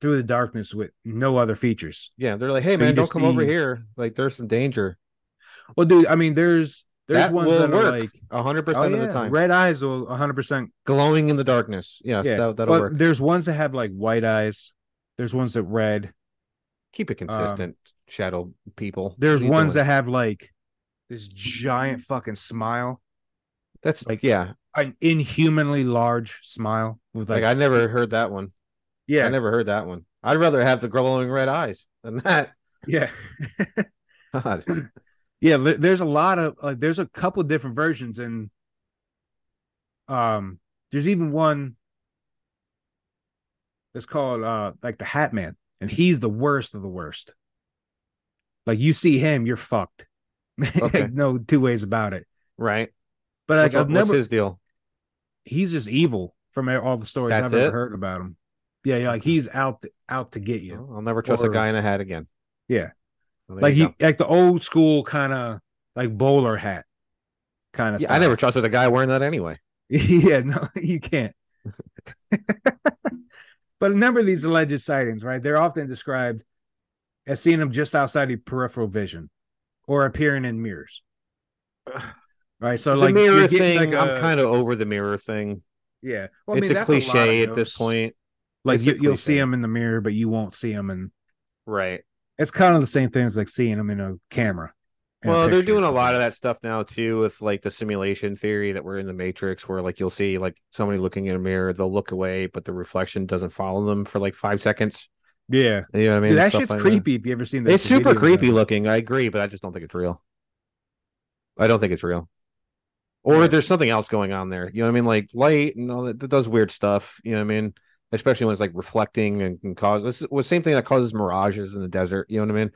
S2: through the darkness with no other features.
S1: yeah, they're like, hey
S2: So
S1: man,
S2: you
S1: don't
S2: just
S1: come over
S2: see-
S1: here. Like, there's some danger.
S2: Well, dude, I mean there's there's
S1: That
S2: ones
S1: will
S2: that are
S1: work
S2: like
S1: hundred
S2: oh,
S1: percent of
S2: yeah,
S1: the time,
S2: red eyes will 100%
S1: glowing in the darkness. Yes,
S2: Yeah,
S1: that, that'll
S2: but
S1: work.
S2: there's ones that have like white eyes. There's ones that red.
S1: Keep it consistent, shadow people.
S2: There's
S1: What are you
S2: ones
S1: doing?
S2: that have like this giant fucking smile.
S1: that's like
S2: like,
S1: yeah,
S2: an inhumanly large smile with
S1: like, I
S2: like,
S1: never heard that one.
S2: yeah
S1: I never heard that one. I'd rather have the glowing red eyes than that.
S2: yeah
S1: God.
S2: yeah there- there's a lot of like there's a couple different versions and um there's even one that's called uh like the hat man and he's the worst of the worst like you see him you're fucked
S1: Okay.
S2: like, no two ways about it
S1: right?
S2: but like
S1: What's,
S2: I've
S1: up- what's
S2: never
S1: his deal?
S2: he's just evil from all the stories
S1: That's
S2: I've ever
S1: it?
S2: heard about him yeah yeah, like he's out to, out to get you
S1: Oh, I'll never trust a
S2: Or-
S1: guy in a hat again.
S2: Yeah.
S1: Well, there
S2: like
S1: you
S2: he
S1: go.
S2: like the old school kind of like bowler hat kind of
S1: Yeah,
S2: stuff.
S1: I never trusted a guy wearing that anyway.
S2: yeah, no, you can't. but a number of these alleged sightings, right? They're often described as seeing them just outside of peripheral vision or appearing in mirrors. Right. So like
S1: the
S2: you're
S1: mirror
S2: getting,
S1: thing,
S2: like,
S1: I'm
S2: a-
S1: kind of over the mirror thing.
S2: yeah. Well, I
S1: it's
S2: mean,
S1: a
S2: that's lot of
S1: cliche at this
S2: ghosts.
S1: point,
S2: Like
S1: It's a
S2: you, you'll see
S1: cliche.
S2: them in the mirror, but you won't see them, and
S1: right?
S2: it's kind of the same thing as like seeing them in a camera. in a
S1: Well, they're
S2: picture.
S1: doing a lot of that stuff now too, with like the simulation theory that we're in the Matrix, where like you'll see like somebody looking in a mirror, they'll look away, but the reflection doesn't follow them for like five seconds.
S2: Yeah,
S1: You know what I mean?
S2: Dude, that
S1: Stuff
S2: shit's
S1: like
S2: creepy. If you ever seen that,
S1: It's super
S2: video of
S1: creepy
S2: it.
S1: looking. I agree, but I just don't think it's real. I don't think it's real. Or
S2: Yeah.
S1: there's something else going on there. You know what I mean? Like light and all that, that does weird stuff. You know what I mean? Especially when it's like reflecting and can cause this was the same thing that causes mirages in the desert. You know what I mean?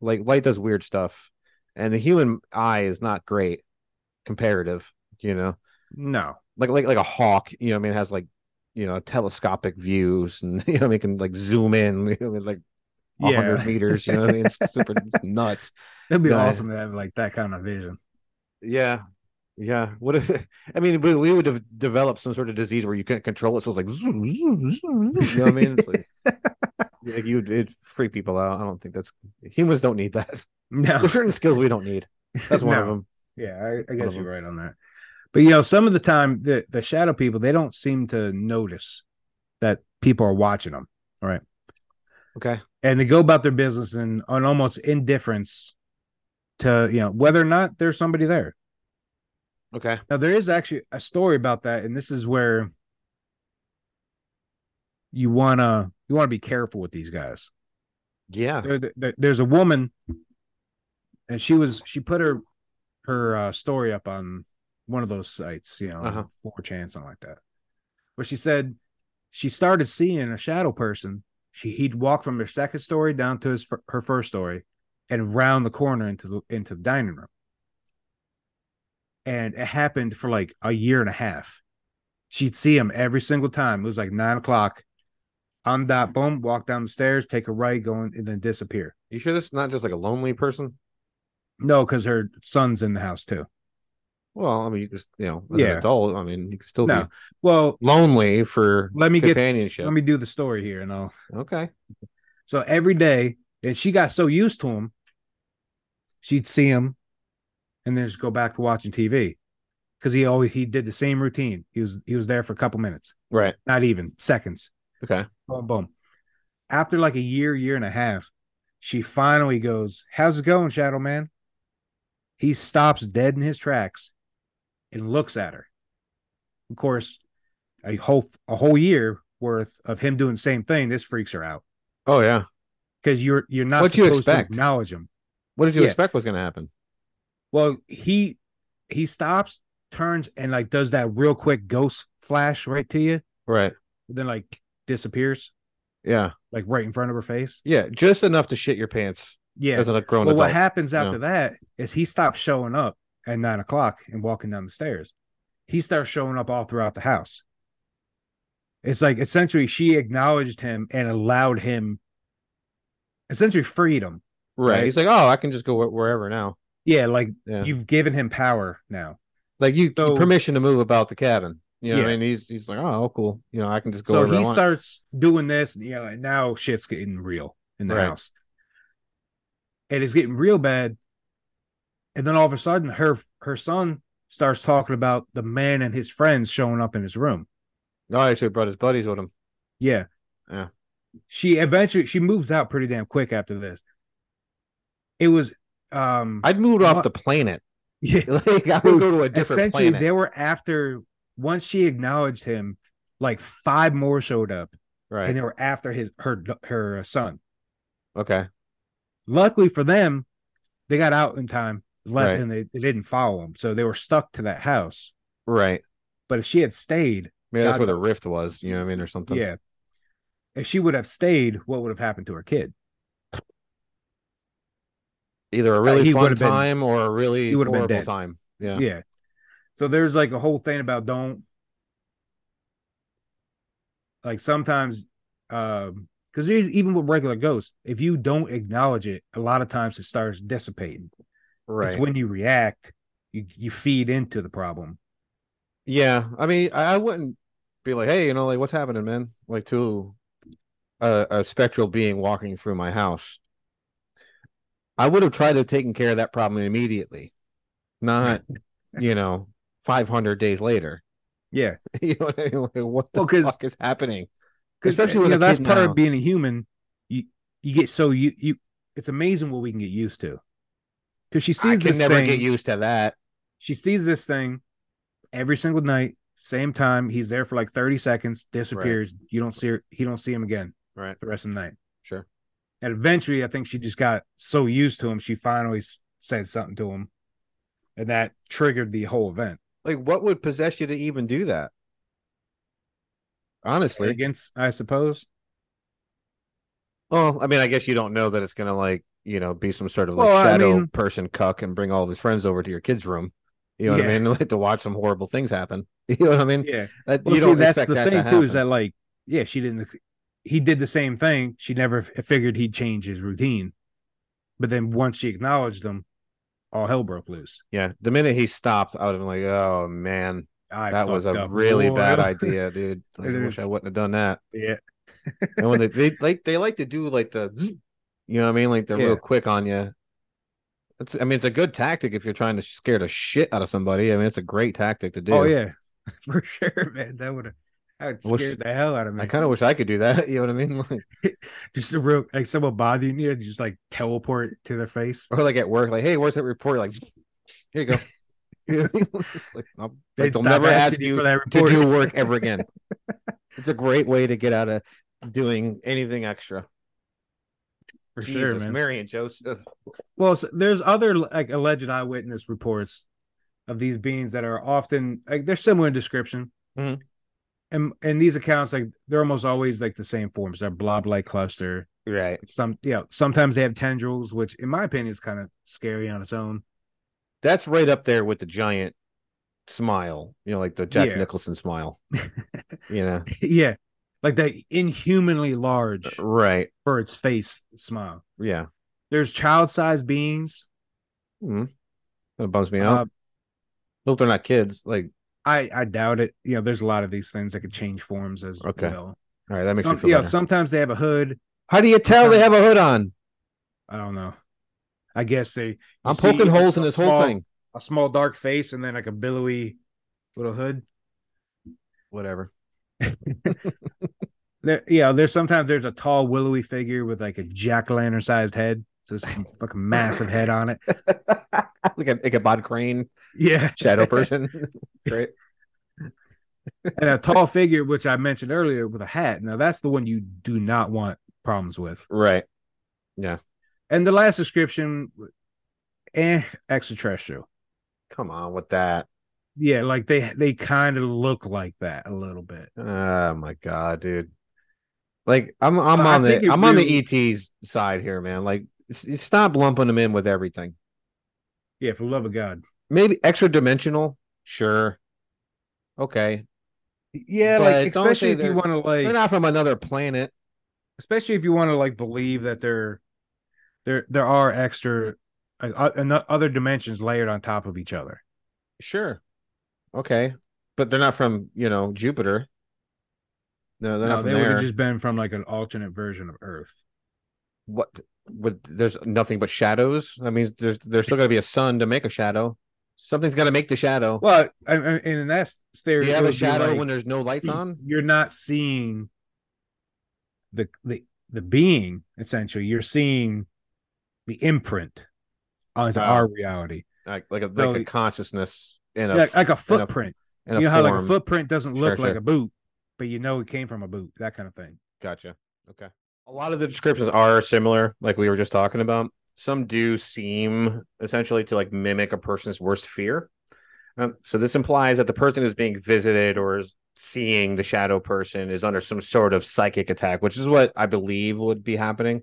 S1: Like light does weird stuff. And the human eye is not great comparative, you know.
S2: No,
S1: Like like like a hawk, you know what I mean, has like you know, telescopic views and you know what I mean can like zoom in, you know what I mean, like hundred
S2: yeah,
S1: meters, you know what I mean? It's super nuts.
S2: it'd be
S1: Yeah.
S2: awesome to have like that kind of vision.
S1: Yeah. Yeah. What if I mean we, we would have developed some sort of disease where you couldn't control it, so it's like zoom, zoom, zoom, zoom, you know what I mean? It's like, like you it'd freak people out. I don't think that's humans don't need that.
S2: No,
S1: There's certain skills we don't need. That's one of
S2: No.
S1: them.
S2: Yeah, I, I
S1: One of
S2: guess
S1: them.
S2: you're right on that. But you know, some of the time the the shadow people they don't seem to notice that people are watching them,
S1: Okay.
S2: and they go about their business in on almost indifference to you know whether or not there's somebody there.
S1: Okay.
S2: Now there is actually a story about that, and this is where you wanna you wanna be careful with these guys.
S1: Yeah.
S2: there, there- there- there's a woman and she was she put her her uh, story up on one of those sites you know
S1: Uh-huh.
S2: 4chan something like that but she said she started seeing a shadow person she he'd walk from her second story down to his fir- her first story and round the corner into the into the dining room and it happened for like a year and a half she'd see him every single time it was like nine o'clock on that boom walk down the stairs take a right go in, and then disappear
S1: You sure this is not just like a lonely person?
S2: No, because her son's in the house too.
S1: Well, I mean you just you know, as an
S2: Yeah.
S1: adult, I mean you could still
S2: No. Well,
S1: be lonely for
S2: let me get
S1: companionship.
S2: let me do the story here and I'll
S1: okay.
S2: so every day and she got so used to him, she'd see him and then just go back to watching TV. Cause he always he did the same routine. He was he was there for a couple minutes,
S1: Right.
S2: not even seconds.
S1: Okay.
S2: Boom, boom. After like a year, year and a half, she finally goes, How's it going, Shadow Man? He stops dead in his tracks and looks at her. Of course, a whole a whole year worth of him doing the same thing, this freaks her out.
S1: Oh yeah.
S2: Because you're you're not
S1: What'd you
S2: supposed to
S1: expect?
S2: acknowledge him.
S1: What did you
S2: Yeah.
S1: expect was gonna happen?
S2: Well, he he stops, turns, and like does that real quick ghost flash right to you,
S1: Right.
S2: then like disappears
S1: Yeah.
S2: like right in front of her face.
S1: Yeah. Just enough to shit your pants
S2: Yeah.
S1: as a grown
S2: Well, what
S1: adult.
S2: happens
S1: Yeah.
S2: after that is he stops showing up at nine o'clock and walking down the stairs. He starts showing up all throughout the house. It's like essentially she acknowledged him and allowed him essentially freedom.
S1: right.
S2: right?
S1: He's like, oh, I can just go wh- wherever now.
S2: Yeah, like
S1: Yeah.
S2: you've given him power now.
S1: like you,
S2: So-
S1: permission to move about the cabin. You know what
S2: Yeah.
S1: I mean? He's he's like, oh, cool. You know, I can just go.
S2: so
S1: wherever I
S2: he
S1: want.
S2: starts doing this, and you know, and now shit's getting real in the
S1: Right.
S2: house. And it's getting real bad. And then all of a sudden her her son starts talking about the man and his friends showing up in his room.
S1: No, I actually brought his buddies with him.
S2: Yeah.
S1: Yeah.
S2: She eventually she moves out pretty damn quick after this. It was um
S1: I'd moved off
S2: What?
S1: the planet.
S2: yeah,
S1: Like I would
S2: Dude,
S1: go to a different
S2: essentially
S1: planet.
S2: they were after once she acknowledged him, like five more showed up
S1: Right.
S2: and they were after his her her son.
S1: okay.
S2: Luckily for them, they got out in time, left
S1: Right.
S2: and they, they didn't follow him. So they were stuck to that house.
S1: Right.
S2: But if she had stayed,
S1: Maybe that's
S2: God-
S1: where the rift was. You know what I mean, or something.
S2: yeah. If she would have stayed, what would have happened to her kid?
S1: Either a really
S2: Uh, he
S1: fun
S2: would've been-
S1: time or a really
S2: he would've
S1: horrible
S2: been dead.
S1: time. Yeah.
S2: Yeah. So there's like a whole thing about don't like sometimes um because even with regular ghosts, if you don't acknowledge it, a lot of times it starts dissipating.
S1: Right.
S2: It's when you react, you you feed into the problem.
S1: yeah. I mean, I, I wouldn't be like, hey, you know, like what's happening, man? Like to a, a spectral being walking through my house. I would have tried to have taken care of that problem immediately, not you know, five hundred days later.
S2: Yeah.
S1: you know what I mean? Like, what the
S2: Well, 'cause-
S1: fuck is happening?
S2: 'Cause,
S1: Especially
S2: you
S1: with
S2: know,
S1: a
S2: that's
S1: kid
S2: part
S1: now.
S2: of being a human. You you get so you you it's amazing what we can get used to. Because she
S1: I
S2: sees
S1: can
S2: this
S1: never
S2: thing,
S1: get used to that.
S2: she sees this thing every single night same time he's there for like 30 seconds disappears you don't see her he don't see him again
S1: Right.
S2: the rest of the night
S1: Sure.
S2: and eventually i think she just got so used to him she finally s- said something to him and that triggered the whole event
S1: Like, what would possess you to even do that? Honestly,
S2: against i suppose
S1: Well, I mean, I guess you don't know that it's gonna like you know be some sort of like
S2: Well, I
S1: shadow
S2: mean-
S1: person cuck and bring all of his friends over to your kid's room. You know what I
S2: Yeah.
S1: mean? Like to watch some horrible things happen. You know what I mean?
S2: yeah
S1: That,
S2: well,
S1: you
S2: see,
S1: don't
S2: that's
S1: expect
S2: the
S1: that to
S2: thing too is
S1: happen.
S2: that like yeah she didn't he did the same thing she never f- figured he'd change his routine but then once she acknowledged him all hell broke loose
S1: Yeah, the minute he stopped, I would have been like, "Oh man,
S2: I
S1: that was
S2: fucked
S1: a
S2: up
S1: really bad
S2: real-
S1: idea, dude. Like, I wish I
S2: There's-
S1: wouldn't have done that."
S2: yeah
S1: And when they, they like they like to do like the, you know what I mean? Like they're
S2: Yeah.
S1: real quick on you. It's, I mean, it's a good tactic if you're trying to scare the shit out of somebody. I mean, it's a great tactic to do.
S2: Oh yeah, for sure, man. That would have that would
S1: I wish-
S2: scared the hell out of me.
S1: I kind of wish I could do that. You know what I mean? Like,
S2: just a real like someone bothering you, and just like teleport to their face.
S1: or like at work, like, hey, where's that report? Like, here you go. You know what I mean? It's like, no,
S2: They'd
S1: like, they'll
S2: stop
S1: never
S2: asking
S1: ask you
S2: for that
S1: to
S2: report.
S1: do work ever again. it's a great way to get out of doing anything extra.
S2: for sure,
S1: Jesus,
S2: man.
S1: Mary and Joseph.
S2: Well, so there's other like alleged eyewitness reports of these beings that are often like they're similar in description.
S1: Mhm.
S2: And, and these accounts like they're almost always like the same forms. They're blob like cluster.
S1: Right.
S2: Some you know, sometimes they have tendrils, which in my opinion is kind of scary on its own.
S1: That's right up there with the giant smile. You know, like the Jack
S2: Yeah.
S1: Nicholson smile. you know,
S2: yeah. Like that inhumanly large
S1: right?
S2: bird's face smile.
S1: Yeah,
S2: There's child sized beings.
S1: that bums me out.
S2: Uh,
S1: Hope they're not kids. Like,
S2: I, I doubt it. You know, there's a lot of these things that could change forms as
S1: Okay.
S2: well.
S1: all right, that makes
S2: Some-
S1: me feel
S2: you know,
S1: better.
S2: sometimes they have a hood.
S1: How do you tell they have a hood on?
S2: I don't know. I guess they. you
S1: I'm
S2: see
S1: poking holes in
S2: a
S1: this whole
S2: small-
S1: thing.
S2: A small dark face and then like a billowy little hood.
S1: Whatever.
S2: There, yeah, there's sometimes there's a tall willowy figure with like a jack o' lantern sized head. So it's a fucking massive head on it.
S1: like a like a bod crane
S2: Yeah.
S1: shadow person. Great.
S2: and a tall figure, which I mentioned earlier, with a hat. Now that's the one you do not want problems with.
S1: Right.
S2: And the last description, eh, extraterrestrial.
S1: Come on with that.
S2: yeah, like they they kind of look like that a little bit.
S1: Oh my god, dude! Like I'm I'm
S2: Well, I
S1: on the
S2: think it
S1: I'm on
S2: really-
S1: the ET's side here, man. Like s- stop lumping them in with everything.
S2: Yeah, for the love of God.
S1: Maybe extra dimensional, sure. Okay,
S2: Yeah, like
S1: But don't say
S2: especially if you
S1: they're-
S2: want to like
S1: they're not from another planet.
S2: especially if you want to like believe that there there there are extra like o- ano- other dimensions layered on top of each other
S1: Sure, okay, but they're not from you know Jupiter. No, they're
S2: no
S1: not from
S2: they would
S1: there.
S2: have just been from like an alternate version of earth
S1: What? What? There's nothing but shadows. I mean, there's there's still got to be a sun to make a shadow. Something's got to make the shadow.
S2: well I, I, and in that theory
S1: Do you have
S2: it
S1: a
S2: would be
S1: shadow
S2: like,
S1: when there's no lights on?
S2: you're not seeing the the the being essentially you're seeing the imprint onto
S1: Wow.
S2: our reality
S1: Like like a, like
S2: No,
S1: a
S2: y-
S1: consciousness in a
S2: like, like
S1: and
S2: a
S1: a-
S2: footprint
S1: in a
S2: you know how
S1: form.
S2: like a footprint doesn't
S1: Sure,
S2: look like
S1: sure.
S2: a boot but you know it came from a boot that kind of thing
S1: Gotcha. Okay. A lot of the descriptions are similar, like we were just talking about. Some do seem essentially to like mimic a person's worst fear. Um, so this implies that the person is being visited or is seeing the shadow person is under some sort of psychic attack, which is what I believe would be happening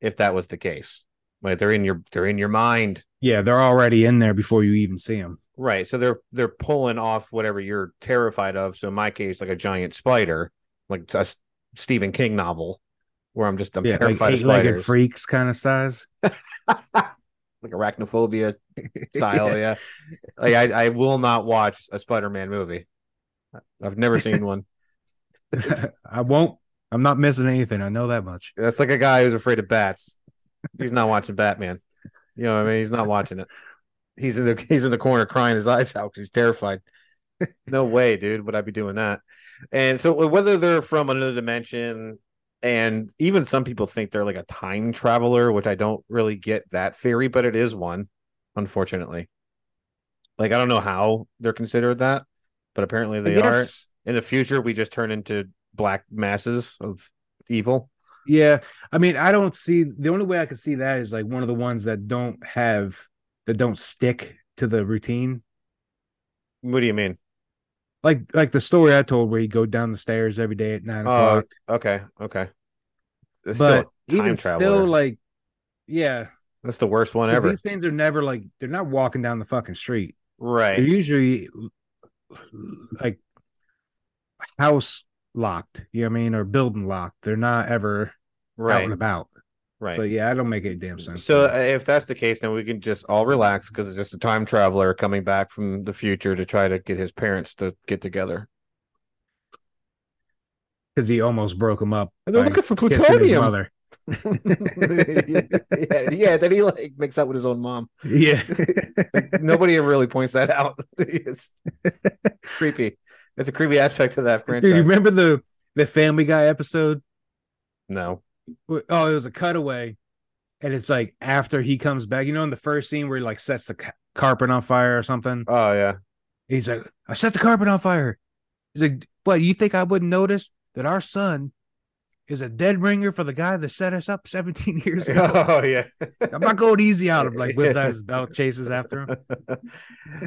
S1: if that was the case. Like they're in your they're in your mind.
S2: Yeah, they're already in there before you even see them.
S1: Right. So they're they're pulling off whatever you're terrified of. So in my case, like a giant spider, like a S- Stephen King novel, where I'm just I'm
S2: yeah, like
S1: terrified of
S2: eight-legged
S1: spiders,
S2: freaks kind of size.
S1: like arachnophobia style. yeah. Like I, I will not watch a Spider-Man movie. I've never seen one.
S2: I won't. I'm not missing anything. I know that much.
S1: That's like a guy who's afraid of bats. He's not watching Batman. You know what I mean? He's not watching it. He's in the he's in the corner crying his eyes out because he's terrified. No way, dude, would I be doing that? And so uh, whether they're from another dimension, and even some people think they're like a time traveler, which I don't really get that theory, but it is one, unfortunately. Like I don't know how they're considered that, but apparently they
S2: I
S1: are.
S2: guess-
S1: In the future, we just turn into black masses of evil.
S2: Yeah, I mean, I don't see the only way I could see that is like one of the ones that don't have that don't stick to the routine.
S1: What do you mean?
S2: Like like the story I told where you go down the stairs every day at nine o'clock.
S1: Okay, okay. That's
S2: but
S1: Oh, still a time
S2: even
S1: traveler.
S2: still, like yeah,
S1: that's the worst one
S2: 'cause
S1: ever.
S2: these things are never like they're not walking down the fucking street.
S1: Right.
S2: They're usually like house locked, you know what I mean, or building locked. They're not ever out
S1: right.
S2: and about.
S1: Right.
S2: So
S1: So,
S2: yeah, I don't make any damn sense.
S1: uh, if that's the case, then we can just all relax because it's just a time traveler coming back from the future to try to get his parents to get together.
S2: because he almost broke him up.
S1: And they're
S2: by
S1: looking for
S2: kissing his
S1: plutonium.
S2: mother.
S1: yeah, yeah, that he like makes out with his own mom.
S2: Yeah.
S1: Nobody ever really points that out. it's creepy. That's a creepy aspect of that
S2: Dude,
S1: franchise.
S2: you remember the the Family Guy episode?
S1: no.
S2: Wh- Oh, it was a cutaway, and it's like after he comes back. You know, in the first scene where he like sets the ca- carpet on fire or something.
S1: Oh yeah.
S2: He's like, I set the carpet on fire. He's like, what? You think I wouldn't notice that our son is a dead ringer for the guy that set us up 17 years ago?
S1: Oh yeah.
S2: I'm not going easy on him. Like, whips out his belt, chases after him.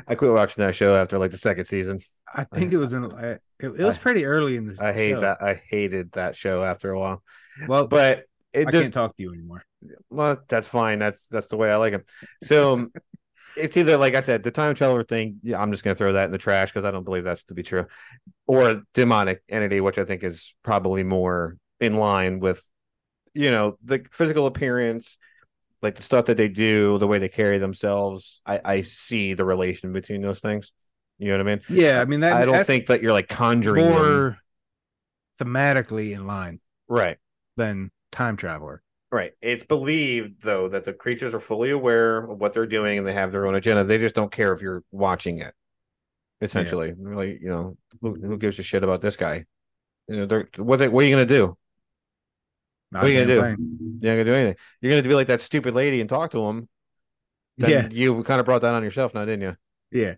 S1: I quit watching that show after like the second season.
S2: I think it was in. I- It, it was
S1: I-
S2: pretty early in the.
S1: I hate
S2: show.
S1: that. I hated that show after a while.
S2: Well, but
S1: But it
S2: I
S1: did-
S2: can't talk to you anymore.
S1: well, that's fine. That's that's the way I like it. So um, it's either like I said, the time traveler thing. Yeah, I'm just gonna throw that in the trash because I don't believe that's to be true, or demonic entity, which I think is probably more in line with, you know, the physical appearance, like the stuff that they do, the way they carry themselves. I I see the relation between those things. You know what I mean?
S2: Yeah, I mean that.
S1: I don't
S2: that's
S1: think that you're like conjuring them.
S2: more thematically in line
S1: Right.
S2: than time traveler.
S1: Right. It's believed though that the creatures are fully aware of what they're doing and they have their own agenda. They just don't care if you're watching it. Essentially, really, you know, who, who gives a shit about this guy? You know, they're what? They, what are you gonna do?
S2: Not
S1: What are you gonna
S2: damn
S1: You're not gonna do anything. You're gonna be like that stupid lady and talk to him. Then
S2: thing. Yeah,
S1: You kind of brought that on yourself, now didn't you?
S2: yeah.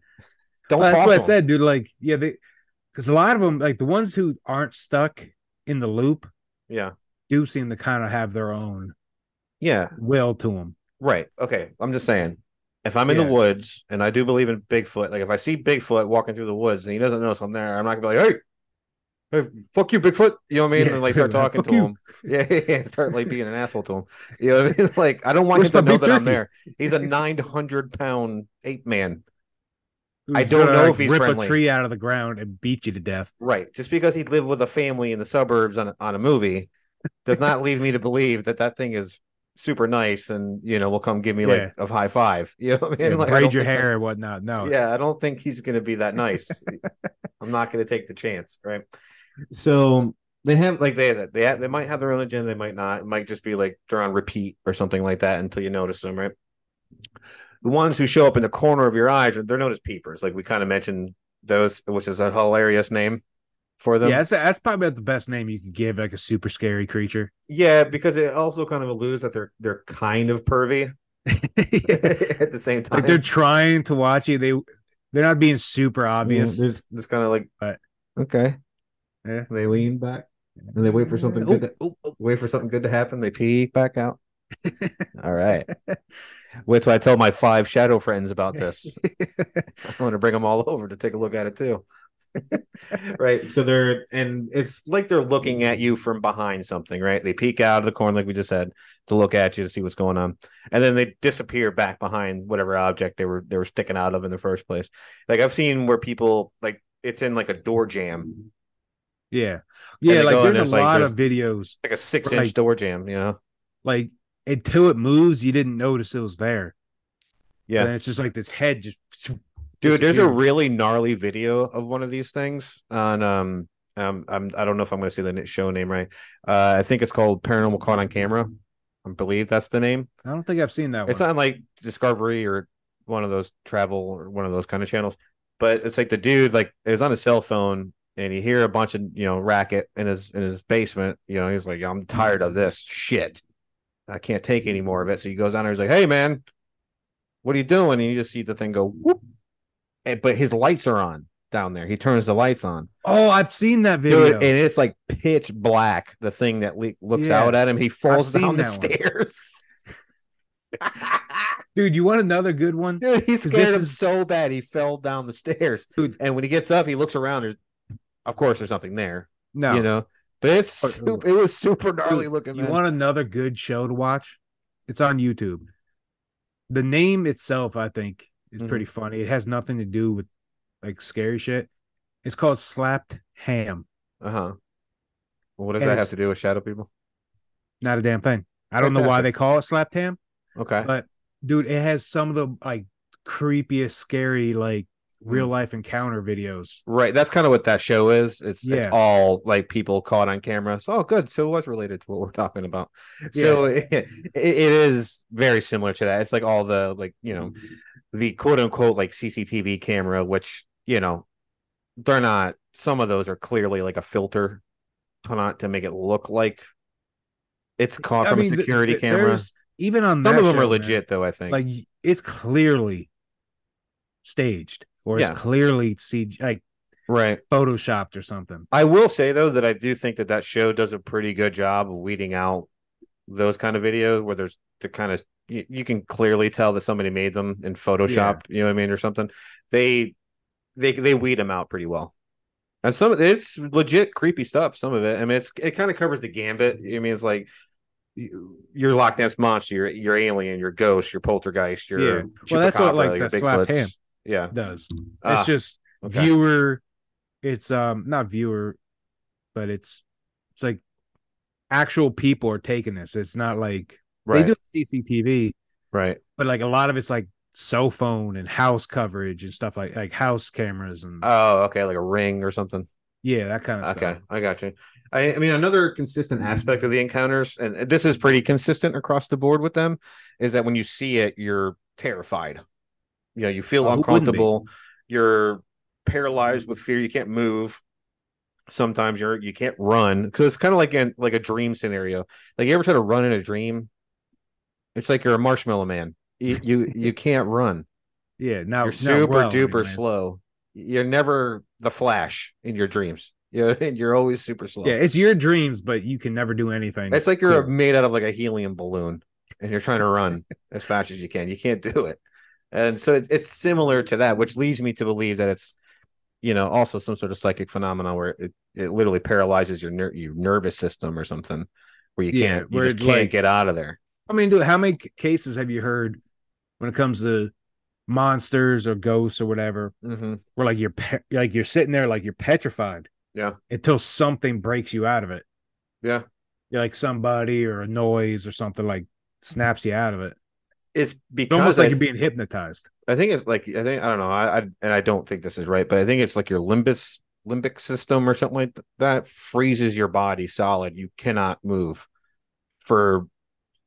S1: Don't
S2: Well,
S1: talk
S2: that's what I
S1: to him.
S2: said, dude. Like, yeah, they because a lot of them, like the ones who aren't stuck in the loop,
S1: Yeah.
S2: do seem to kind of have their own
S1: Yeah.
S2: will to them.
S1: Right. Okay. I'm just saying. if I'm in
S2: Yeah.
S1: the woods and I do believe in Bigfoot, like if I see Bigfoot walking through the woods and he doesn't notice I'm there, I'm not gonna be like, hey, hey, fuck you, Bigfoot. You know what I mean?
S2: Yeah.
S1: And like start talking
S2: Fuck
S1: to
S2: you.
S1: him. Yeah, yeah, yeah, start like being an asshole to him. You know what I mean? Like I don't want
S2: Where's
S1: him to
S2: my
S1: know
S2: beef
S1: that I'm
S2: jerky?
S1: there. He's a 900 pound ape man.
S2: Who's
S1: I don't
S2: gonna,
S1: know
S2: like,
S1: if he's
S2: rip
S1: friendly.
S2: a tree out of the ground and beat you to death.
S1: Right. Just because he lived with a family in the suburbs on a, on a movie does not leave me to believe that that thing is super nice and you know will come give me like a high five. You know what I mean?
S2: And
S1: Like, I
S2: braid
S1: don't
S2: your
S1: think
S2: hair and whatnot. No.
S1: yeah, I don't think he's going to be that nice. I'm not going to take the chance, right? So they have like they they have, they might have their own agenda, they might not. It might just be like they're on repeat or something like that until you notice them, right? The ones who show up in the corner of your eyes, they're known as peepers. Like we kind of mentioned those, which is a hilarious name for them.
S2: Yeah, that's, that's probably about the best name you could give like a super scary creature.
S1: Yeah, because it also kind of alludes that they're they're kind of pervy at the same time.
S2: Like they're trying to watch you. They they're not being super obvious.
S1: There's just kind of like
S2: But-
S1: okay.
S2: Yeah. Oh.
S1: They lean back and they wait for something
S2: Ooh,
S1: good. To,
S2: ooh, ooh.
S1: wait for something good to happen. They pee back out. All right. Wait till I tell my five shadow friends about this. I'm going to bring them all over to take a look at it too. right. So they're and it's like they're looking at you from behind something. Right. They peek out of the corner, like we just said, to look at you to see what's going on, and then they disappear back behind whatever object they were they were sticking out of in the first place. Like I've seen where people like it's in like a door jam,
S2: yeah.
S1: they
S2: Yeah, like
S1: go and
S2: there's,
S1: there's,
S2: a
S1: like,
S2: lot
S1: there's-
S2: of videos.
S1: like a six inch
S2: Right.
S1: door jam. You know.
S2: Like until it moves, you didn't notice it was there.
S1: Yeah.
S2: And then it's just like this head just
S1: dude there's a
S2: disappears.
S1: really gnarly video of one of these things on um um I'm, i don't know if i'm going to say the n- show name right uh i think it's called paranormal caught on camera i believe that's the name
S2: I don't think I've seen that
S1: it's
S2: one.
S1: on like discovery or one of those travel or one of those kind of channels but it's like the dude like it was on his cell phone and you hear a bunch of you know racket in his in his basement you know he's like i'm tired of this shit i can't take any more of it so he goes down there he's like hey man what are you doing and you just see the thing go whoop and, but his lights are on down there he turns the lights on
S2: oh, I've seen that video.
S1: Dude, and it's like pitch black the thing that le- looks
S2: Yeah.
S1: out at him he falls
S2: seen
S1: down the
S2: that one.
S1: stairs
S2: Dude, you want another good one?
S1: Dude, he
S2: 'Cause
S1: scared
S2: this
S1: him
S2: is-
S1: so bad he fell down the stairs.
S2: Dude.
S1: And when he gets up, he looks around. There's, of course, there's nothing there.
S2: No.
S1: You know, but it's
S2: Oh,
S1: su- it was super gnarly looking.
S2: You
S1: man.
S2: want another good show to watch? It's on YouTube. The name itself, I think, is
S1: Mhm.
S2: pretty funny. It has nothing to do with like scary shit. It's called Slapped Ham.
S1: Uh huh. Well, what does
S2: And
S1: that
S2: it's-
S1: have to do with shadow people?
S2: Not a damn thing. I don't know why
S1: Fantastic.
S2: they call it Slapped Ham,
S1: Okay.
S2: but dude, it has some of the like creepiest, scary, like
S1: Mm.
S2: real life encounter videos.
S1: Right. That's kind of what that show is. It's it's
S2: Yeah.
S1: all like people caught on camera. So oh, good. So it was related to what we're talking about. So it, it it is very similar to that. It's like all the like you know the quote unquote like CCTV camera, which you know they're not. Some of those are clearly like a filter, to not to make it look like it's caught
S2: I
S1: from
S2: mean,
S1: a
S2: th-
S1: security
S2: th-
S1: camera.
S2: there's- Even on
S1: Some
S2: that
S1: of them
S2: show,
S1: are
S2: man,
S1: legit though. I think.
S2: like it's clearly staged or
S1: Yeah.
S2: it's clearly CG, like
S1: right.
S2: photoshopped or something.
S1: I will say though that I do think that that show does a pretty good job of weeding out those kind of videos where there's the kind of you, you can clearly tell that somebody made them in Photoshop, you know what I mean, or something. They they they weed them out pretty well. And some of it's legit creepy stuff. Some of it, I mean, it's it kind of covers the gambit. I mean, it's like you- your Loch Ness monster, your your alien, your ghost, your poltergeist, your
S2: Yeah. Well, that's what,
S1: chupacabra,
S2: like,
S1: your
S2: the slapped
S1: Bigfoots.
S2: hand.
S1: Yeah,
S2: does. It's
S1: Ah,
S2: just
S1: okay.
S2: viewer. It's um not viewer, but it's it's like actual people are taking this. It's not like
S1: right,
S2: they do CCTV,
S1: right.
S2: but like a lot of it's like cell phone and house coverage and stuff like like house cameras and
S1: Oh, okay, like a ring or something.
S2: yeah that kind of
S1: Okay,
S2: stuff. Mm-hmm.
S1: I got you. I, I mean, another consistent aspect of the encounters, and this is pretty consistent across the board with them, is that when you see it, you're terrified. You know, you feel
S2: Uh, who wouldn't be?
S1: uncomfortable. You're paralyzed with fear. You can't move. Sometimes you're you can't run because it's kind of like in like a dream scenario. Like you ever try to run in a dream? It's like you're a marshmallow man. You you, you can't run.
S2: Yeah, now
S1: You're
S2: now
S1: super
S2: Oh, well,
S1: duper
S2: anyways.
S1: slow. You're never the Flash in your dreams. You're you're always super slow.
S2: Yeah, it's your dreams, but you can never do anything.
S1: It's like you're
S2: Cool.
S1: made out of like a helium balloon and you're trying to run as fast as you can. You can't do it. and so it's it's similar to that, which leads me to believe that it's you know also some sort of psychic phenomenon where it, it literally paralyzes your ner- your nervous system or something where you
S2: Yeah,
S1: can't you
S2: where
S1: just
S2: it,
S1: can't
S2: like-
S1: get out of there.
S2: I mean, dude, how many c- cases have you heard when it comes to monsters or ghosts or whatever,
S1: Mm-hmm.
S2: where like you're pe- like you're sitting there like you're petrified,
S1: Yeah.
S2: until something breaks you out of it,
S1: Yeah.
S2: You're like somebody or a noise or something like snaps you out of it.
S1: It's
S2: It's
S1: because
S2: almost
S1: I
S2: like you're
S1: th-
S2: being hypnotized.
S1: I think it's like I think I don't know. I, I and I don't think this is right, but I think it's like your limbus limbic system or something like th- that freezes your body solid. You cannot move. For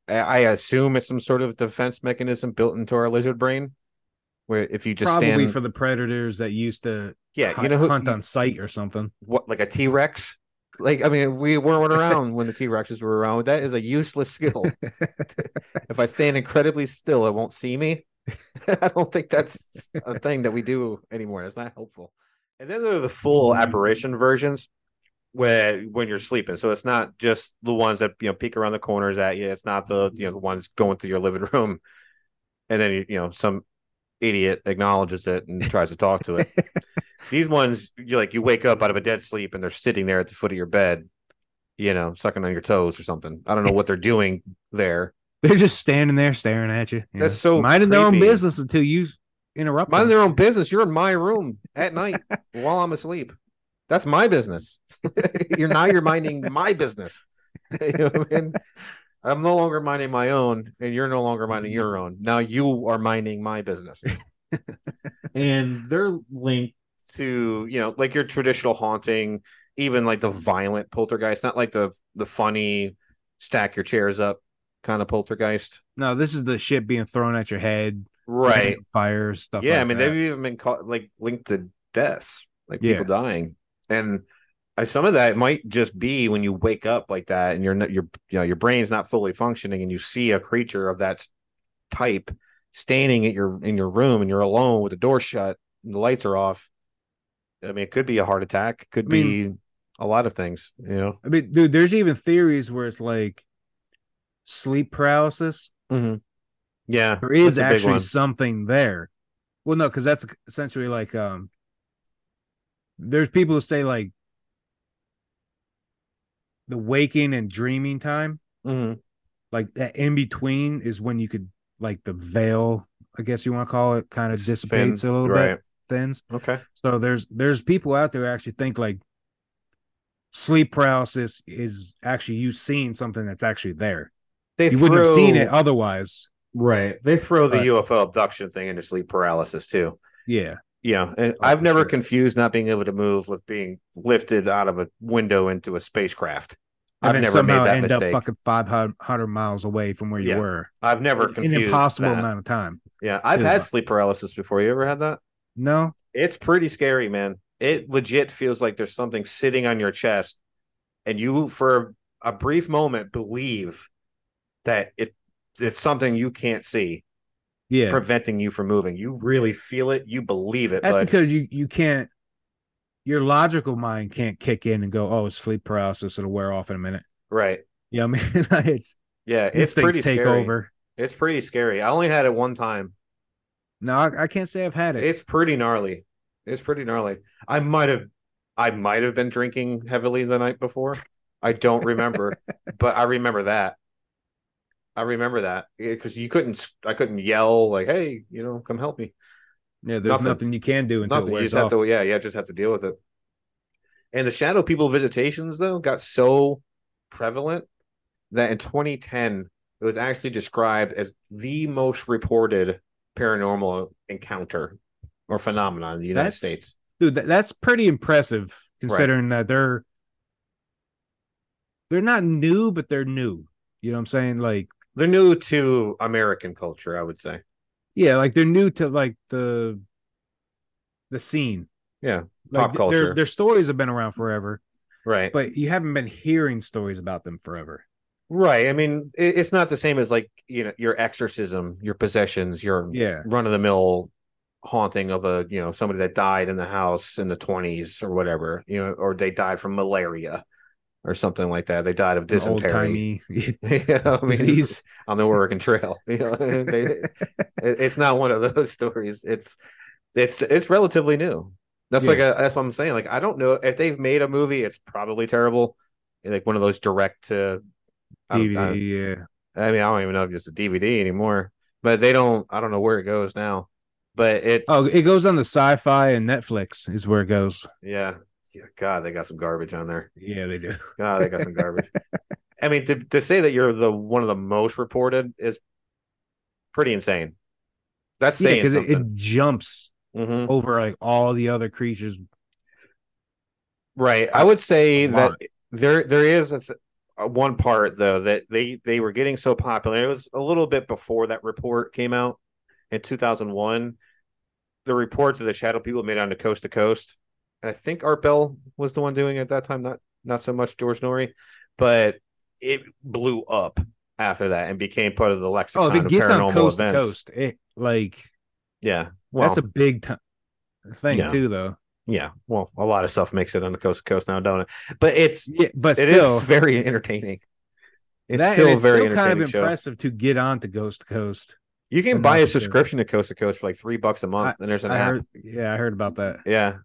S1: I- I assume it's some sort of defense mechanism built into our lizard brain, where if you just
S2: Probably
S1: stand,
S2: for the predators that used to
S1: yeah, you
S2: hu-
S1: know who,
S2: hunt on sight or something.
S1: what like a T Rex. Like I mean, we weren't around when the T Rexes were around. That is a useless skill. if I stand incredibly still, it won't see me. I don't think that's a thing that we do anymore. That's not helpful. Mm-hmm. And then there are the full apparition versions where when you're sleeping. So it's not just the ones that you know peek around the corners at you. It's not the you know the ones going through your living room, and then you, you know some idiot acknowledges it and tries to talk to it. These ones, you like you wake up out of a dead sleep and they're sitting there at the foot of your bed, you know, sucking on your toes or something. I don't know what they're doing there.
S2: They're just standing there staring at you. you
S1: That's so
S2: minding their own
S1: creepy.
S2: business until you interrupt.
S1: Mind
S2: them.
S1: their own business. You're in my room at night while I'm asleep. That's my business. you're now you're minding my business. you know what I mean? I'm no longer minding my own, and you're no longer minding your own. Now you are minding my business. and they're linked to, you know, like your traditional haunting, even like the violent poltergeist, not like the the funny stack your chairs up kind of poltergeist.
S2: No, this is the shit being thrown at your head.
S1: Right.
S2: Fire stuff.
S1: Yeah,
S2: like
S1: I mean
S2: that.
S1: they've even been caught like linked to deaths, like
S2: Yeah.
S1: people dying, and uh, some of that might just be when you wake up like that, and you're not your you know your brain's not fully functioning, and you see a creature of that s- type standing at your in your room, and you're alone with the door shut, and the lights are off. I mean, it could be a heart attack, it could
S2: I mean-
S1: be a lot of things, you know.
S2: I mean, dude, there's even theories where it's like sleep paralysis.
S1: Yeah,
S2: There
S1: that's
S2: is
S1: a big
S2: actually
S1: one.
S2: something there. Well, no, because that's essentially like um. There's people who say like the waking and dreaming time,
S1: Mhm.
S2: like that in between, is when you could like the veil, I guess you want to call it, kind of
S1: It's thin,
S2: dissipates a little
S1: right?
S2: bit, thins.
S1: Okay,
S2: So there's there's people out there who actually think like sleep paralysis is actually you seeing something that's actually there.
S1: they
S2: you wouldn't have seen it otherwise.
S1: right? They throw the
S2: But-
S1: UFO abduction thing into sleep paralysis too.
S2: Yeah.
S1: Yeah, and
S2: Oh,
S1: I've
S2: for
S1: never
S2: sure.
S1: confused not being able to move with being lifted out of a window into a spacecraft.
S2: And
S1: I've
S2: then
S1: never
S2: somehow
S1: made that
S2: end
S1: mistake.
S2: up fucking five hundred miles away from where you
S1: Yeah.
S2: were.
S1: I've never
S2: An
S1: confused
S2: impossible
S1: that.
S2: amount of time.
S1: Yeah, I've
S2: Yeah.
S1: had sleep paralysis before. You ever had that?
S2: No?
S1: It's pretty scary, man. It legit feels like there's something sitting on your chest, and you, for a brief moment, believe that it it's something you can't see,
S2: Yeah.
S1: preventing you from moving. You really feel it. You believe it.
S2: that's
S1: bud.
S2: because you you can't your logical mind can't kick in and go, Oh, it's sleep paralysis, it'll wear off in a minute.
S1: right.
S2: You know what I mean? Like, it's
S1: Yeah,
S2: it's
S1: it's
S2: things
S1: pretty
S2: take
S1: scary.
S2: over.
S1: It's pretty scary. I only had it one time.
S2: No, I, I can't say I've had it.
S1: It's pretty gnarly. It's pretty gnarly. I might have I might have been drinking heavily the night before. I don't remember, but I remember that. I remember that because you couldn't s- I couldn't yell like, "Hey, you know, come help me."
S2: yeah, there's
S1: nothing.
S2: nothing. you can do until
S1: Nothing.
S2: it
S1: You
S2: wears
S1: just
S2: off.
S1: have to yeah, yeah, just have to deal with it. And the shadow people visitations though got so prevalent that in 2010 it was actually described as the most reported paranormal encounter or phenomenon in the United
S2: That's-
S1: States.
S2: dude that, that's pretty impressive considering that they're they're not new but they're new you know what i'm saying like
S1: They're new to American culture, I would say.
S2: yeah like they're new to like the the scene
S1: Yeah,
S2: like
S1: pop
S2: th-
S1: culture.
S2: their, their stories have been around forever
S1: Right.
S2: but you haven't been hearing stories about them forever
S1: right. I mean, it, it's not the same as like, you know, your exorcism, your possessions, your
S2: yeah
S1: run of the mill haunting of a, you know, somebody that died in the house in the 20s or whatever, you know, or they died from malaria or something like that. They died of
S2: Old
S1: dysentery.
S2: timey yeah,
S1: you know, I mean,
S2: disease.
S1: on the Oregon Trail. You know, they, it- it's not one of those stories. It's it's it's relatively new. That's
S2: Yeah.
S1: like a, that's what I'm saying. Like I don't know if they've made a movie. It's probably terrible. Like one of those direct to. I don't- I-
S2: DVD, yeah.
S1: I mean, I don't even know if it's a DVD anymore. But they don't. I don't know where it goes now. But it's
S2: Oh, it goes on the sci-fi and Netflix is where it goes.
S1: yeah. Yeah, God, they got some garbage on there.
S2: Yeah, they do.
S1: God, they got some garbage. I mean, to, to say that you're the one of the most reported is pretty insane. That's
S2: Yeah,
S1: saying
S2: because it,
S1: something.
S2: it jumps
S1: Mhm.
S2: over like all the other creatures.
S1: Right. I would say
S2: a
S1: that
S2: lot.
S1: there there is a th- uh, one part though that they they were getting so popular. It was a little bit before that report came out in 2001. The report that the shadow people made on the coast to coast, and I think Art Bell was the one doing it at that time. Not not so much George Norrie, but it blew up after that and became part of the
S2: Oh,
S1: lexicon
S2: if it
S1: of
S2: gets
S1: paranormal
S2: on coast
S1: events.
S2: to coast, it like
S1: Yeah. Well,
S2: that's a big ti- thing
S1: Yeah.
S2: too, though.
S1: yeah. Well, a lot of stuff makes it on the coast to coast now, don't it? But it's
S2: Yeah, but
S1: It is
S2: still,
S1: very entertaining. It's
S2: that,
S1: still
S2: and it's
S1: very
S2: still kind
S1: entertaining
S2: of
S1: show.
S2: impressive to get on to coast to coast.
S1: You can
S2: and
S1: buy a
S2: that's the show.
S1: subscription to Coast to Coast for like three bucks a month, and there's an
S2: I
S1: app.
S2: heard, yeah, I heard about that.
S1: Yeah,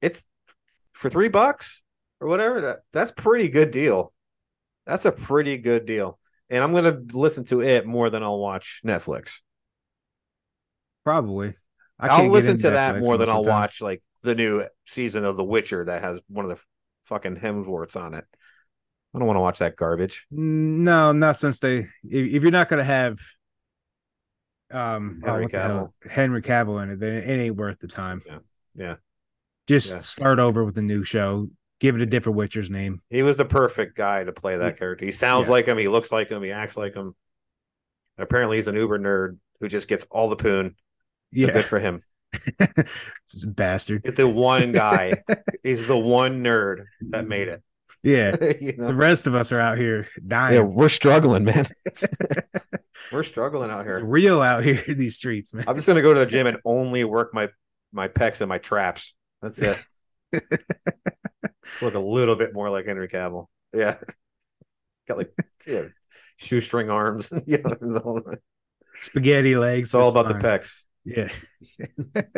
S1: it's for three bucks or whatever. That that's pretty good deal. That's a pretty good deal. And I'm gonna listen to it more than I'll watch Netflix.
S2: Probably, I
S1: I'll
S2: can't get
S1: listen
S2: into
S1: to that
S2: Netflix
S1: more than
S2: most of
S1: I'll
S2: the time.
S1: watch like the new season of The Witcher that has one of the fucking Hemsworths on it. I don't want to watch that garbage.
S2: No, not since they. If, if you're not gonna have, um, oh,
S1: Henry
S2: what the hell, Henry Cavill in it, then it ain't worth the time.
S1: Yeah. Yeah.
S2: Just
S1: Yeah.
S2: start over with a new show. Give it a different Witcher's name.
S1: He was the perfect guy to play that character. He sounds
S2: Yeah.
S1: like him. He looks like him. He acts like him. Apparently, he's an uber nerd who just gets all the poon. So good for him.
S2: This bastard.
S1: He's the one guy. he's the one nerd that made it.
S2: Yeah.
S1: You know?
S2: The rest of us are out here dying.
S1: we're struggling, man. we're struggling out
S2: It's
S1: here.
S2: real out here in these streets, man.
S1: I'm just gonna go to the gym and only work my my pecs and my traps. That's it. Let's look a little bit more like Henry Cavill. Yeah, got like yeah, shoestring arms. yeah, it's all, it's
S2: Spaghetti legs.
S1: all about the
S2: fine.
S1: pecs.
S2: Yeah.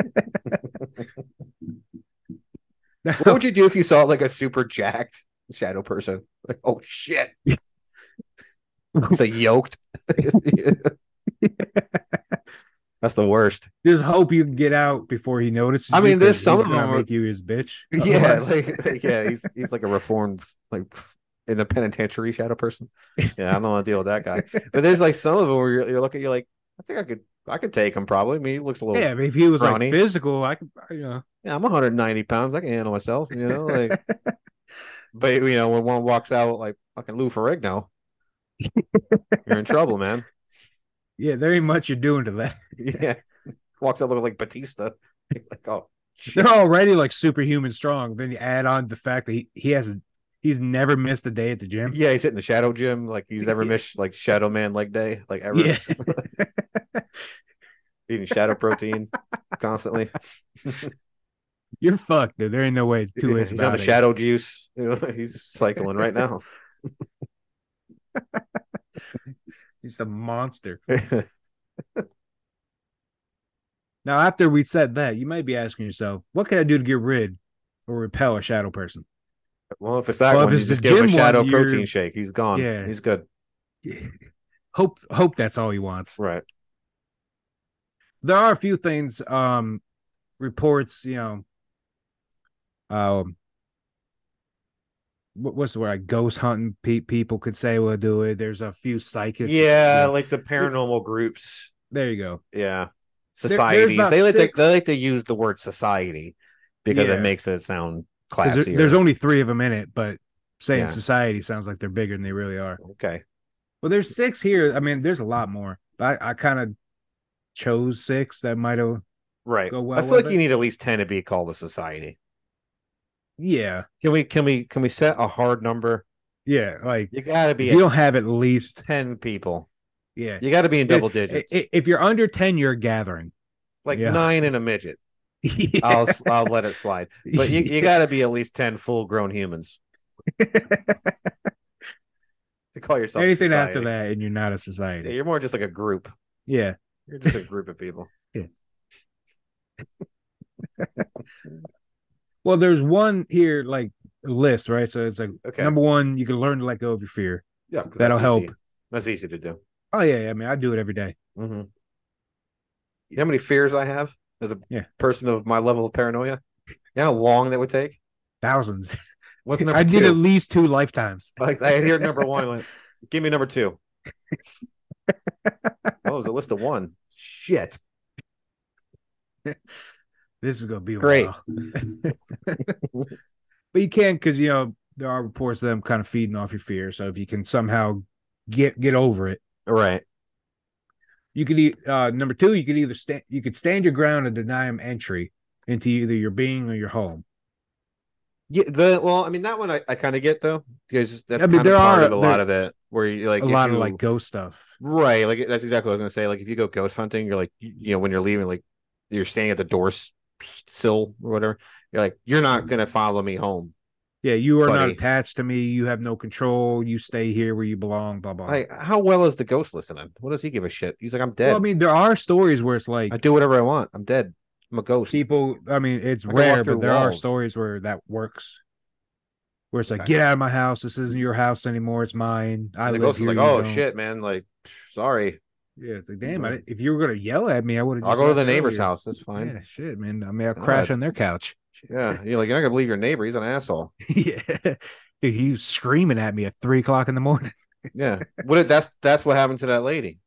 S1: What would you do if you saw like a super jacked shadow person? Like, oh shit. It's a yoked. That's the worst.
S2: Just hope you can get out before he notices.
S1: I
S2: you,
S1: mean, there's
S2: 'cause
S1: some
S2: he's
S1: of
S2: gonna
S1: them where-
S2: make you his bitch.
S1: Yeah,
S2: Otherwise-
S1: like, like, yeah, he's he's like a reformed like in the penitentiary shadow person. Yeah, I don't want to deal with that guy. But there's like some of them where you're, you're looking, you're like, I think I could I could take him probably. I mean, he looks a little.
S2: yeah. But if he was
S1: Brawny.
S2: like physical, I could, you know,
S1: yeah, I'm 190 pounds. I can handle myself. You know, like. but you know, when one walks out like fucking Lou Ferrigno, you're in trouble, man.
S2: yeah, there ain't much you're doing to that.
S1: Yeah. Walks out looking like Batista. like, oh, shit.
S2: They're already like superhuman strong. Then you add on the fact that he, he has he's never missed a day at the gym.
S1: Yeah, he's hitting the shadow gym. Like he's ever
S2: Yeah.
S1: missed like Shadow Man leg day, like ever
S2: yeah.
S1: eating shadow protein constantly.
S2: You're fucked, dude. There ain't no way two ways
S1: he's on
S2: about
S1: the
S2: it.
S1: shadow juice. You know, he's cycling right now.
S2: He's a monster. Now, after we said that, you might be asking yourself, what can I do to get rid or repel a shadow person?
S1: well, if it's that
S2: Well, if
S1: one, you
S2: it's the
S1: just give him a
S2: gym one,
S1: shadow
S2: you're-
S1: protein shake. He's gone.
S2: Yeah.
S1: He's good.
S2: hope hope that's all he wants.
S1: Right.
S2: There are a few things, um, reports, you know, um, what, what's the word? Like ghost hunting pe- people could say will do it. There's a few psychics.
S1: yeah, like the paranormal groups.
S2: there you go.
S1: Yeah.
S2: there's
S1: Societies.
S2: about
S1: they like
S2: six-
S1: to, they like to use the word society because
S2: Yeah.
S1: it makes it sound
S2: 'Cause there-
S1: classier.
S2: there's only three of them in it, but saying
S1: Yeah.
S2: society sounds like they're bigger than they really are.
S1: okay.
S2: Well, there's six here. I mean, there's a lot more, but I, I kind of chose six that might have.
S1: Right.
S2: go well
S1: I feel
S2: with
S1: like
S2: it.
S1: you need at least ten to be called a society.
S2: Yeah,
S1: Can we can we can we set a hard number?
S2: yeah. Like
S1: You gotta
S2: if
S1: be
S2: you
S1: at
S2: don't have at least
S1: ten people.
S2: yeah.
S1: You gotta be in double
S2: I-
S1: digits.
S2: i- If you're under ten, you're gathering.
S1: like
S2: yeah.
S1: nine and a midget. Oh, I'll I'll let it slide. But you, you gotta be at least ten full grown humans. to call yourself
S2: Anything
S1: society.
S2: after that, and you're not a
S1: Yeah,
S2: society.
S1: you're more just like a group.
S2: Yeah.
S1: You're just a group of people.
S2: Well, there's one here like list, right? So it's like
S1: Okay.
S2: number one, you can learn to let go of your fear.
S1: yeah, 'cause
S2: that'll
S1: that's
S2: help.
S1: easy. That's easy to do.
S2: Oh yeah, yeah. I mean, I do it every day.
S1: Mm-hmm. You know how many fears I have as a
S2: Yeah.
S1: person of my level of paranoia? You know how long that would take?
S2: Thousands.
S1: What's number
S2: I
S1: two?
S2: did at least two lifetimes.
S1: Like I had here number one. Like, Give me number two. oh, it was a list of one. Shit.
S2: This is gonna be a
S1: Great.
S2: while. but you can because you know there are reports of them kind of feeding off your fear. So if you can somehow get get over it,
S1: All right.
S2: you could e- uh number two, you could either stand you could stand your ground and deny them entry into either your being or your home.
S1: Yeah, the well, I mean that one I, I kind of get though because that's
S2: I mean,
S1: kind
S2: there
S1: of part
S2: are-
S1: of a lot of it where you like
S2: a
S1: if
S2: lot
S1: you-
S2: of like ghost stuff.
S1: right like that's exactly what I was gonna say like if you go ghost hunting you're like you you know when you're leaving like you're standing at the door s- sill or whatever you're like you're not gonna follow me home
S2: Yeah, you are not
S1: Buddy.
S2: attached to me. You have no control. You stay here where you belong. Blah blah.
S1: like how well is the ghost listening what does he give a shit he's like I'm dead
S2: well, I mean, there are stories where it's like
S1: I do whatever I want I'm dead I'm a ghost
S2: people i mean it's
S1: I go walk
S2: rare
S1: through
S2: but there are
S1: walls.
S2: stories where that works where it's like
S1: Okay.
S2: get out of my house this isn't your house anymore it's mine i
S1: and the
S2: live
S1: ghost
S2: here
S1: is like
S2: you
S1: oh
S2: don't."
S1: shit man like psh, sorry
S2: yeah it's like damn I
S1: Mhm.
S2: didn't- if you were gonna yell at me i would have
S1: I'll go to the neighbor's house that's fine
S2: yeah shit man i mean i'll
S1: God.
S2: crash on their couch
S1: yeah you're like you're not gonna believe your neighbor he's an asshole
S2: yeah dude you screaming at me at three o'clock in the morning
S1: Yeah. What if- that's that's what happened to that lady.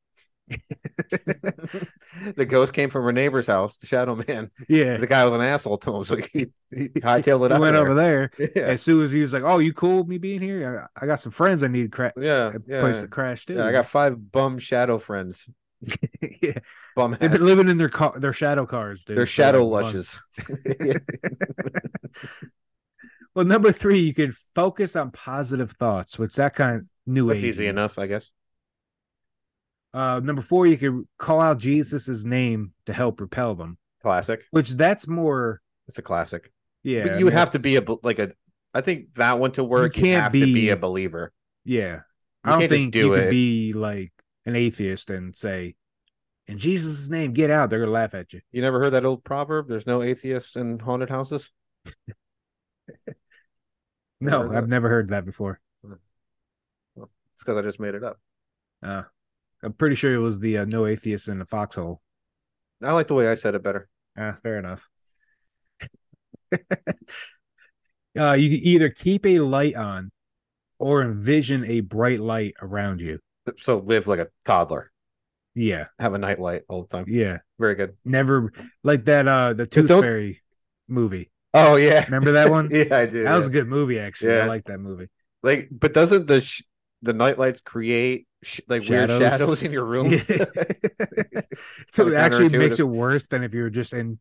S1: the ghost came from her neighbor's house, the shadow man.
S2: yeah
S1: The guy was an asshole to him, so he, he hightailed it
S2: he
S1: out.
S2: went
S1: of
S2: over there
S1: there.
S2: as soon as he was like oh you cool with me being here i, I got some friends i need to cra-
S1: Yeah.
S2: a
S1: Yeah.
S2: place
S1: Yeah.
S2: to crash too
S1: yeah. I got five bum shadow friends.
S2: yeah
S1: Bum
S2: they've
S1: ass.
S2: been living in their car their shadow cars dude
S1: They're
S2: for,
S1: shadow
S2: like, months.
S1: lushes.
S2: Well, number three, you can focus on positive thoughts, which that kind of new
S1: That's
S2: age.
S1: easy enough, I guess.
S2: Uh, number four, you can call out Jesus' name to help repel them,
S1: Classic.
S2: which that's more.
S1: It's a classic.
S2: Yeah,
S1: but
S2: I
S1: you
S2: mean,
S1: have to
S2: that's-
S1: be a be- like a. I think that one to work. You,
S2: can't
S1: have to
S2: be-
S1: be a believer.
S2: Yeah,
S1: You
S2: I don't
S1: can't just
S2: think
S1: do
S2: you
S1: it.
S2: could be like an atheist and say, "In Jesus' name, get out." They're gonna laugh at you.
S1: You never heard that old proverb? There's no atheists in haunted houses. Never
S2: No,
S1: heard
S2: I've
S1: that.
S2: never heard that before.
S1: It's because I just made it up.
S2: Uh, I'm pretty sure it was the uh, no atheist in the foxhole.
S1: I like the way I said it better.
S2: Ah, fair enough. uh, you can either keep a light on or envision a bright light around you.
S1: So live like a toddler,
S2: Yeah,
S1: have a nightlight all the time.
S2: yeah.
S1: Very good.
S2: Never like that uh the
S1: 'Cause
S2: Tooth
S1: don't-
S2: Fairy movie.
S1: Oh yeah,
S2: Remember that one?
S1: yeah, I do.
S2: That was a good movie actually. I
S1: Yeah.
S2: like that movie.
S1: Like, but doesn't the sh- the nightlights create sh- like weird
S2: Shadows.
S1: shadows in your room?
S2: Yeah. So it
S1: kinda
S2: actually makes
S1: counterintuitive.
S2: it worse than if you were just in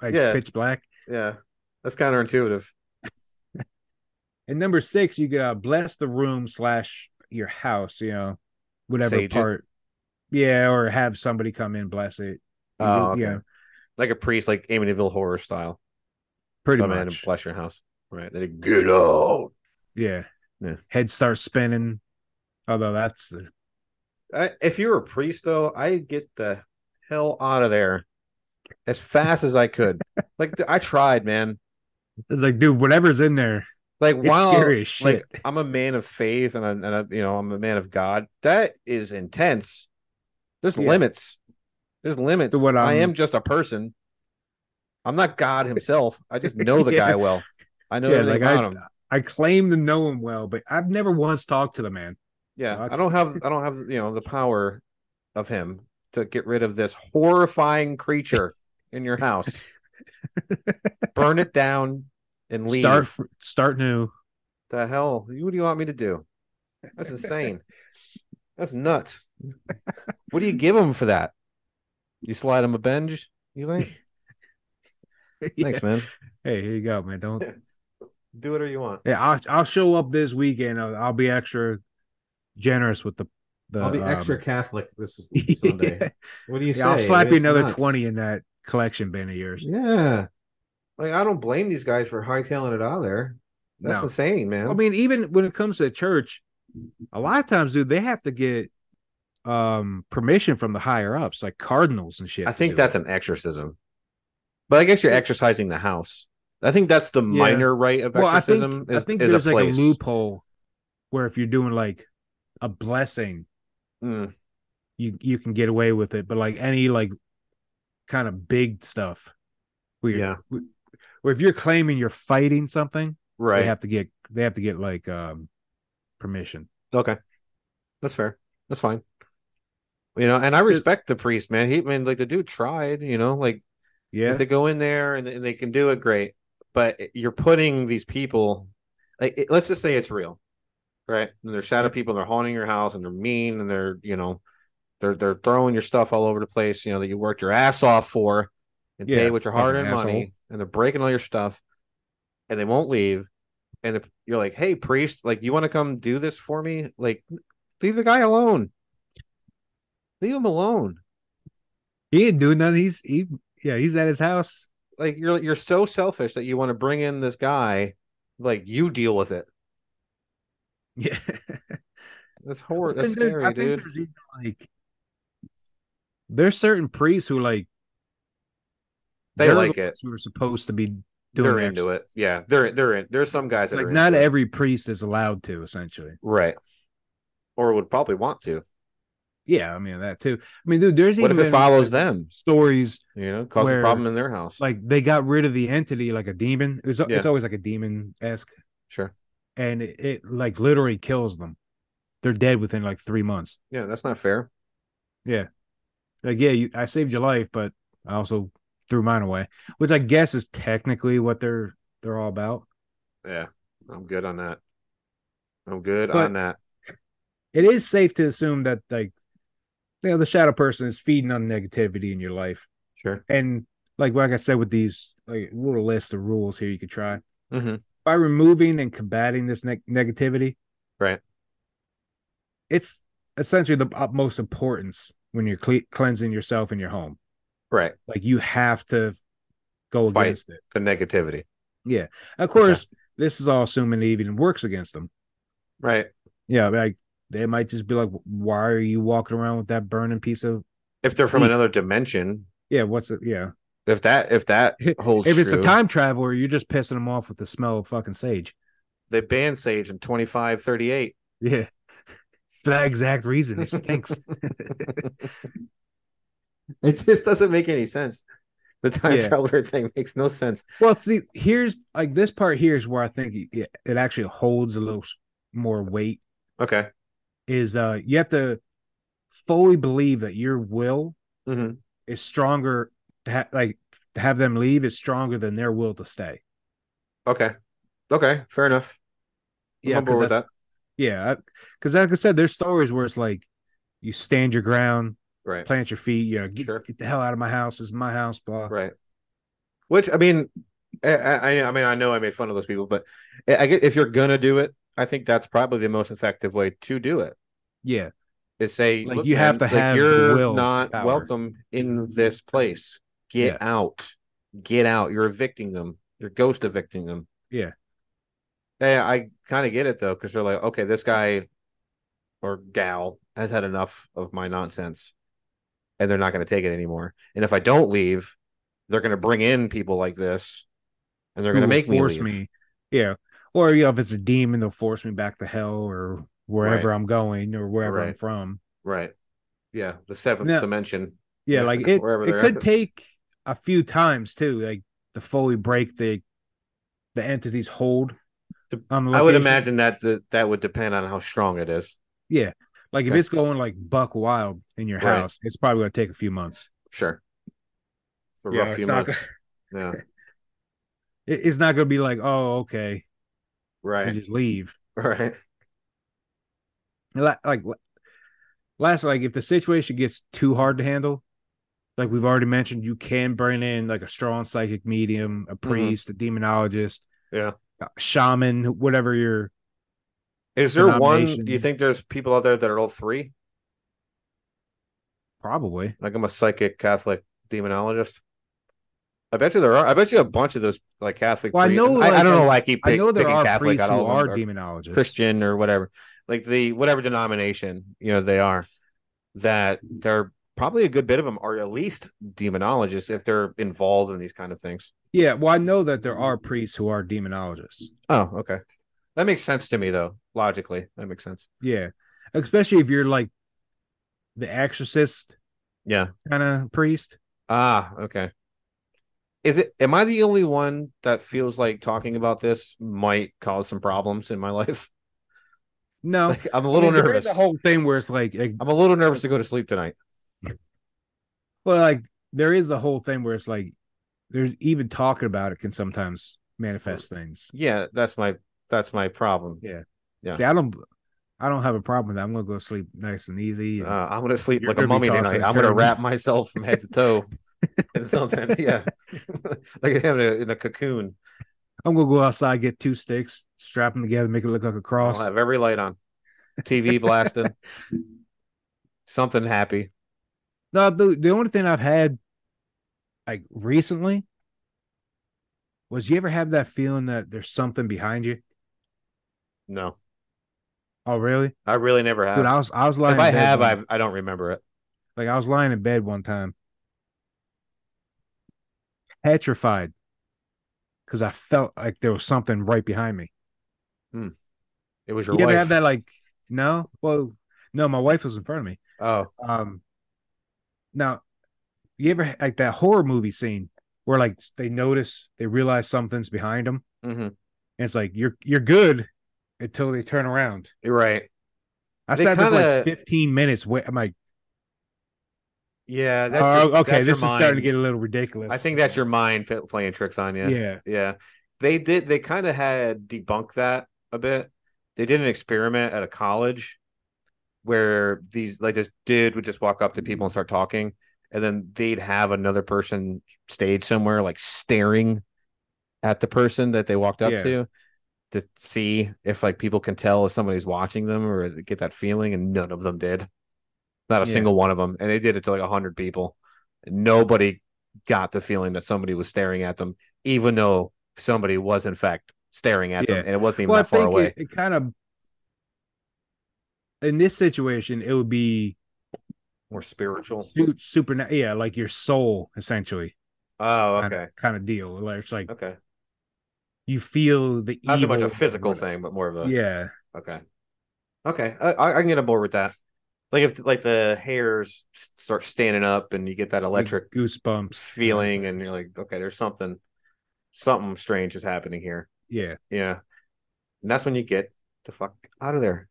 S2: like
S1: Yeah.
S2: pitch black.
S1: yeah, that's counterintuitive.
S2: And number six, you could uh, bless the room slash your house, you know, whatever
S1: Sage it?
S2: part. Yeah, or have somebody come in, bless it. You
S1: Oh,
S2: do-
S1: okay.
S2: yeah,
S1: Like a priest, like Amityville horror style.
S2: pretty
S1: Come in and
S2: much.
S1: bless your house, right? Then they get out.
S2: Yeah.
S1: Yeah.
S2: Head starts spinning. Although that's the,
S1: I, if you were a priest, though, I'd get the hell out of there as fast as I could. like I tried, man.
S2: it's like, dude, whatever's in there,
S1: Like
S2: it's
S1: while
S2: scary as shit.
S1: like I'm a man of faith and I, and I, you know I'm a man of God. That is intense. There's
S2: Yeah.
S1: limits. There's limits.
S2: To what
S1: I
S2: I'm-
S1: am just a person. I'm not God himself. I just know the
S2: Yeah.
S1: guy well. I know
S2: Yeah,
S1: everything
S2: like, I-
S1: about him.
S2: I claim to know him well, but I've never once talked to the man.
S1: Yeah,
S2: so I
S1: I don't have I don't have you know the power of him to get rid of this horrifying creature in your house. Burn it down and leave.
S2: Start fr- start new.
S1: The hell? You- What do you want me to do? That's insane. That's nuts. What do you give him for that? You slide him a bench? You think?
S2: Yeah.
S1: Thanks, man.
S2: Hey, here you go, man. Don't
S1: Do whatever you want.
S2: yeah, I'll I'll show up this weekend. I'll, I'll be extra generous with the the
S1: I'll be
S2: um,
S1: extra Catholic this
S2: yeah.
S1: Sunday. What do you say?
S2: Yeah, I'll slap you
S1: It's
S2: another
S1: nuts.
S2: 20 in that collection bin of yours.
S1: Yeah. Like I don't blame these guys for hightailing it out of there. That's
S2: no.
S1: insane, man.
S2: I mean, even when it comes to the church, a lot of times, dude, they have to get um permission from the higher ups, like cardinals and shit.
S1: I
S2: to
S1: think
S2: do
S1: that's an exorcism. But I guess you're exercising the house. I think that's the
S2: Yeah.
S1: minor right
S2: it.
S1: of
S2: well. I
S1: exorcism.
S2: think I
S1: is,
S2: think
S1: is
S2: there's
S1: a
S2: like
S1: place.
S2: a loophole where if you're doing like a blessing,
S1: Mm,
S2: you you can get away with it. But like any like kind of big stuff, where you're-
S1: yeah,
S2: where if you're claiming you're fighting something,
S1: right.
S2: they have to get they have to get like um permission.
S1: Okay, that's fair. That's fine. You know, and I respect the priest, man. He, I mean, like the dude tried. You know, like
S2: Yeah,
S1: if they go in there and, and they can do it, great. But you're putting these people, like it- let's just say it's real, right? And they're shadow people, and they're haunting your house, and they're mean, and they're you know, they're they're throwing your stuff all over the place. You know that you worked your ass off for, and
S2: Yeah,
S1: pay with your hard earned
S2: fucking asshole.
S1: money, and they're breaking all your stuff, and they won't leave. And the, you're like, hey priest, like you want to come do this for me? Like, leave the guy alone. Leave him alone.
S2: he ain't doing nothing. He's he yeah he's at his house.
S1: like you're you're so selfish that you want to bring in this guy like you deal with it
S2: Yeah.
S1: that's horrible
S2: And
S1: that's
S2: then
S1: scary
S2: I think
S1: dude
S2: there's even like there's certain priests who like
S1: They
S2: they're
S1: like
S2: the
S1: it.
S2: ones Who are supposed to be doing
S1: they're
S2: their-
S1: into it yeah they're they're in there's some guys that
S2: Like
S1: are
S2: not
S1: into it.
S2: every priest is allowed to. Essentially,
S1: right or would probably want to
S2: yeah. I mean that too. I mean, dude, there's
S1: what if
S2: even
S1: it follows them
S2: stories
S1: you know cause a
S2: Where-
S1: problem in their house
S2: like they got rid of the entity like a demon. It's
S1: Yeah.
S2: it's always like a demon esque,
S1: sure
S2: and it, it like literally kills them. They're dead within like three months.
S1: yeah that's not fair
S2: Like yeah, you, I saved your life, but I also threw mine away, which I guess is technically what they're they're all about.
S1: yeah i'm good on that i'm good
S2: But-
S1: on that
S2: it is safe to assume that like you know the shadow person is feeding on negativity in your life
S1: sure
S2: and like like i said with these like little list of rules here you could try
S1: hmm
S2: by removing and combating this neg negativity
S1: Right.
S2: it's essentially the utmost importance when you're cle- cleansing yourself in your home
S1: right
S2: like you have to go
S1: Fight.
S2: against it
S1: the negativity
S2: of course this is all assuming it even works against them
S1: right
S2: yeah like they might just be like why are you walking around with that burning piece of
S1: if they're from
S2: Leaf.
S1: another dimension
S2: yeah what's it yeah
S1: if that if that holds
S2: if it's the
S1: true-
S2: time traveler, you're just pissing them off with the smell of fucking sage.
S1: they banned sage in 2538
S2: Yeah. For that exact reason. It stinks.
S1: it just doesn't make any sense. The time
S2: Yeah.
S1: traveler thing makes no sense.
S2: well, see, here's like this part here is where I think it, it actually holds a little s- more weight
S1: Okay.
S2: is uh you have to fully believe that your will
S1: hmm
S2: is stronger to ha- like to have them leave is stronger than their will to stay.
S1: Okay. Okay. Fair enough. I'm on board
S2: because
S1: with
S2: that's-
S1: that.
S2: yeah, because like I said, there's stories where it's like you stand your ground,
S1: Right.
S2: plant your feet, you know, get,
S1: Sure.
S2: get the hell out of my house. This is my house, blah.
S1: Right. Which I mean, I, I I mean I know I made fun of those people, but I I get if you're gonna do it, I think that's probably the most effective way to do it.
S2: Yeah.
S1: Is say
S2: Like,
S1: "Look,
S2: you have
S1: man,
S2: to have the
S1: you're
S2: will
S1: not
S2: power."
S1: welcome in this place. Get
S2: Yeah.
S1: out. Get out. You're evicting them. You're ghost evicting them.
S2: Yeah.
S1: Yeah, I kind of get it though, because they're like, okay, this guy or gal has had enough of my nonsense, and they're not going to take it anymore. And if I don't leave, they're going to bring in people like this, and they're
S2: who
S1: going to
S2: will
S1: make me
S2: force
S1: leave.
S2: Yeah. Or you know, if it's a demon, they'll force me back to hell or wherever I'm going or wherever I'm
S1: Right.
S2: from.
S1: Right? Yeah, the seventh
S2: Now-
S1: dimension.
S2: Yeah,
S1: Yeah,
S2: like it
S1: wherever
S2: it
S1: they're
S2: could
S1: at.
S2: take a few times too, like to fully break the the entity's hold
S1: The-
S2: on the
S1: I would
S2: location.
S1: imagine that the, that would depend on how strong it is.
S2: Yeah. Like if
S1: Okay.
S2: it's going like buck wild in your
S1: Right.
S2: house, it's probably gonna take a few months.
S1: Sure. For
S2: Yeah,
S1: rough
S2: it's
S1: few
S2: not
S1: months. yeah.
S2: It, it's not gonna be like, oh, okay, we
S1: Right.
S2: just leave.
S1: Right.
S2: La- like la- last like if the situation gets too hard to handle like we've already mentioned you can bring in like a strong psychic medium a priest a demonologist
S1: Mm-hmm. Yeah.
S2: a shaman whatever you're
S1: Is there one?
S2: Denomination.
S1: You think there's people out there that are all three?
S2: probably
S1: Like I'm a psychic Catholic demonologist. I bet you there are. I bet you a bunch of those like Catholic.
S2: Well, I
S1: priests-
S2: know,
S1: I, I
S2: like,
S1: don't know
S2: I-
S1: why I keep.
S2: I
S1: Pick,
S2: know there
S1: picking
S2: are
S1: Catholic
S2: priests
S1: out of
S2: who
S1: all of
S2: are
S1: them, or
S2: demonologists.
S1: Christian or whatever, like the whatever denomination you know they are. That they're probably a good bit of them are at least demonologists if they're involved in these kind of things.
S2: Yeah, well, I know that there are priests who are demonologists.
S1: Oh, okay, that makes sense to me though. Logically, that makes sense.
S2: Yeah, especially if you're like the exorcist
S1: Yeah.
S2: kind of priest.
S1: Ah, okay. Is it? Am I the only one that feels like talking about this might cause some problems in my life?
S2: No,
S1: Like, I'm a little
S2: I mean, there is
S1: nervous.
S2: a whole thing where it's like, like,
S1: I'm a little nervous to go to sleep tonight.
S2: well, like there is the whole thing where it's like, there's even talking about it can sometimes manifest things.
S1: Yeah, that's my that's my problem.
S2: Yeah.
S1: Yeah.
S2: See, I don't, I don't have a problem with that. I'm gonna go sleep nice and easy. and-
S1: Uh, I'm gonna sleep
S2: You're
S1: like a
S2: gonna
S1: mummy
S2: be tossing
S1: tonight.
S2: and
S1: I'm gonna
S2: turning.
S1: wrap myself from head to toe in something. Yeah, like I'm in a, in a cocoon.
S2: I'm gonna go outside, get two sticks, strap them together, make it look like a cross.
S1: I'll have every light on, TV blasting, something happy.
S2: No, the the only thing I've had like recently was you ever have that feeling that there's something behind you?
S1: No,
S2: Oh, really?
S1: I really never have.
S2: Dude, I was I was lying.
S1: Uh, if
S2: in
S1: I
S2: bed
S1: have,
S2: one-
S1: I I don't remember it.
S2: like I was lying in bed one time, petrified, because I felt like there was something right behind me.
S1: It was your
S2: you ever
S1: wife.
S2: have that? Like, no, well, no, my wife was in front of me.
S1: Oh,
S2: Um, now, you ever like that horror movie scene where like they notice they realize something's behind them?
S1: hmm
S2: And it's like you're you're good until they turn around.
S1: you're right.
S2: I
S1: They
S2: sat there
S1: kinda-
S2: for like 15 minutes. Wait, I'm like,
S1: Yeah. That's
S2: oh,
S1: your-
S2: okay,
S1: that's your
S2: this is starting to
S1: mind.
S2: get a little ridiculous.
S1: I think that's your mind p- playing tricks on you.
S2: yeah. yeah.
S1: Yeah. They did they kind of had debunked that a bit. They did an experiment at a college where these like this dude would just walk up to people and start talking and then they'd have another person staged somewhere like staring at the person that they walked up
S2: Yeah.
S1: to to see if like people can tell if somebody's watching them or get that feeling and none of them did. Not a
S2: Yeah.
S1: single one of them. And they did it to like 100 people. Nobody got the feeling that somebody was staring at them even though somebody was in fact staring at
S2: Yeah.
S1: them and it wasn't even
S2: Well, I
S1: that far
S2: think
S1: away.
S2: it, it kind of in this situation it would be
S1: More spiritual.
S2: su- super yeah, like your soul essentially
S1: Oh,
S2: kind,
S1: okay.
S2: of, kind of deal. Like it's like
S1: Okay.
S2: you feel the
S1: Not so
S2: evil
S1: much a physical
S2: whatever.
S1: thing, but more of a
S2: Yeah.
S1: Okay. Okay. I, I I can get on board with that. Like if like the hairs s- start standing up and you get that
S2: like
S1: electric
S2: goosebumps
S1: feeling and you're like, okay, there's something something strange is happening here.
S2: Yeah.
S1: Yeah. And that's when you get the fuck out of there.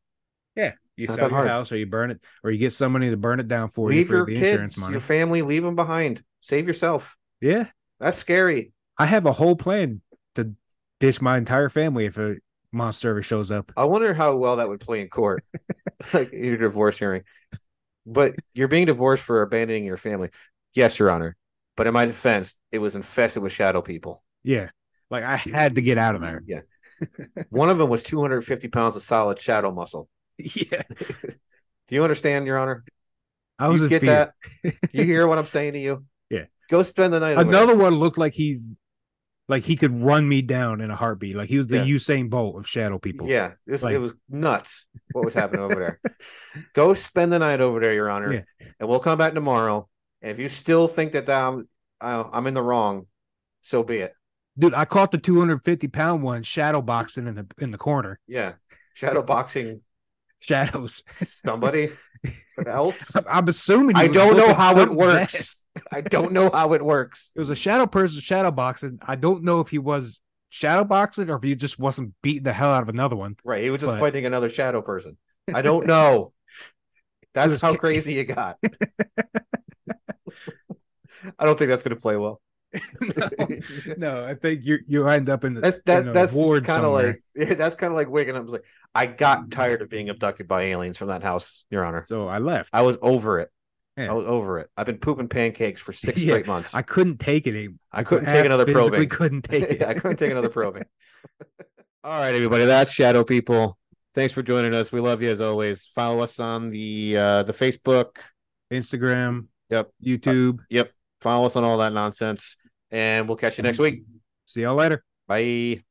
S2: Yeah. You
S1: It's not
S2: sell
S1: that
S2: your
S1: hard.
S2: house or you burn it or you get somebody to burn it down for you
S1: leave
S2: for
S1: your
S2: the
S1: kids,
S2: insurance money.
S1: your family, leave them behind. Save yourself.
S2: Yeah.
S1: That's scary.
S2: I have a whole plan to dish my entire family if a monster ever shows up.
S1: I wonder how well that would play in court, like your divorce hearing. But you're being divorced for abandoning your family. Yes, Your Honor. But in my defense, it was infested with shadow people.
S2: Yeah. Like I had to get out of there.
S1: Yeah. One of them was 250 pounds of solid shadow muscle.
S2: Yeah.
S1: Do you understand, Your Honor?
S2: I was
S1: you
S2: in
S1: get
S2: fear.
S1: that? Do you hear what I'm saying to you?
S2: Yeah.
S1: Go spend the night. over
S2: Another one looked like he's like he could run me down in a heartbeat. Like he was the
S1: Yeah.
S2: Usain Bolt of shadow people.
S1: Yeah, this
S2: Like-
S1: it was nuts. What was happening over there? Go spend the night over there, Your Honor, and we'll come back tomorrow. And if you still think that I'm I- I'm in the wrong, so be it.
S2: Dude, I caught the 250 pound one shadow boxing in the in the corner.
S1: Yeah, shadow boxing
S2: Shadows.
S1: somebody else.
S2: I'm assuming he
S1: I
S2: was
S1: don't know
S2: whooping
S1: how it
S2: somebody's
S1: works.
S2: ass.
S1: I don't know how it works.
S2: it was a shadow person shadow boxing. I don't know if he was shadow boxing or if he just wasn't beating the hell out of another one.
S1: Right, he was just
S2: But-
S1: fighting another shadow person. I don't know. That's
S2: was
S1: how
S2: ki-
S1: crazy it got. I don't think that's going to play well.
S2: no, I think you you end up in the
S1: That's
S2: in
S1: that
S2: a
S1: that's
S2: ward
S1: kind of
S2: somewhere.
S1: like yeah, that's kind of like waking up. It's like I got tired of being abducted by aliens from that house, Your Honor.
S2: so I left.
S1: I was over it.
S2: Yeah.
S1: I was over it. I've been pooping pancakes for six
S2: Yeah,
S1: straight months.
S2: I
S1: I,
S2: couldn't take it. anymore.
S1: couldn't
S2: My
S1: take
S2: ass
S1: another
S2: physically
S1: probing.
S2: Couldn't take it.
S1: I couldn't take another probing. All right, everybody. That's Shadow People. Thanks for joining us. We love you as always. Follow us on the uh the Facebook.
S2: Instagram.
S1: Yep.
S2: YouTube.
S1: Follow us on all that nonsense. and we'll catch you next week.
S2: See y'all later.
S1: Bye.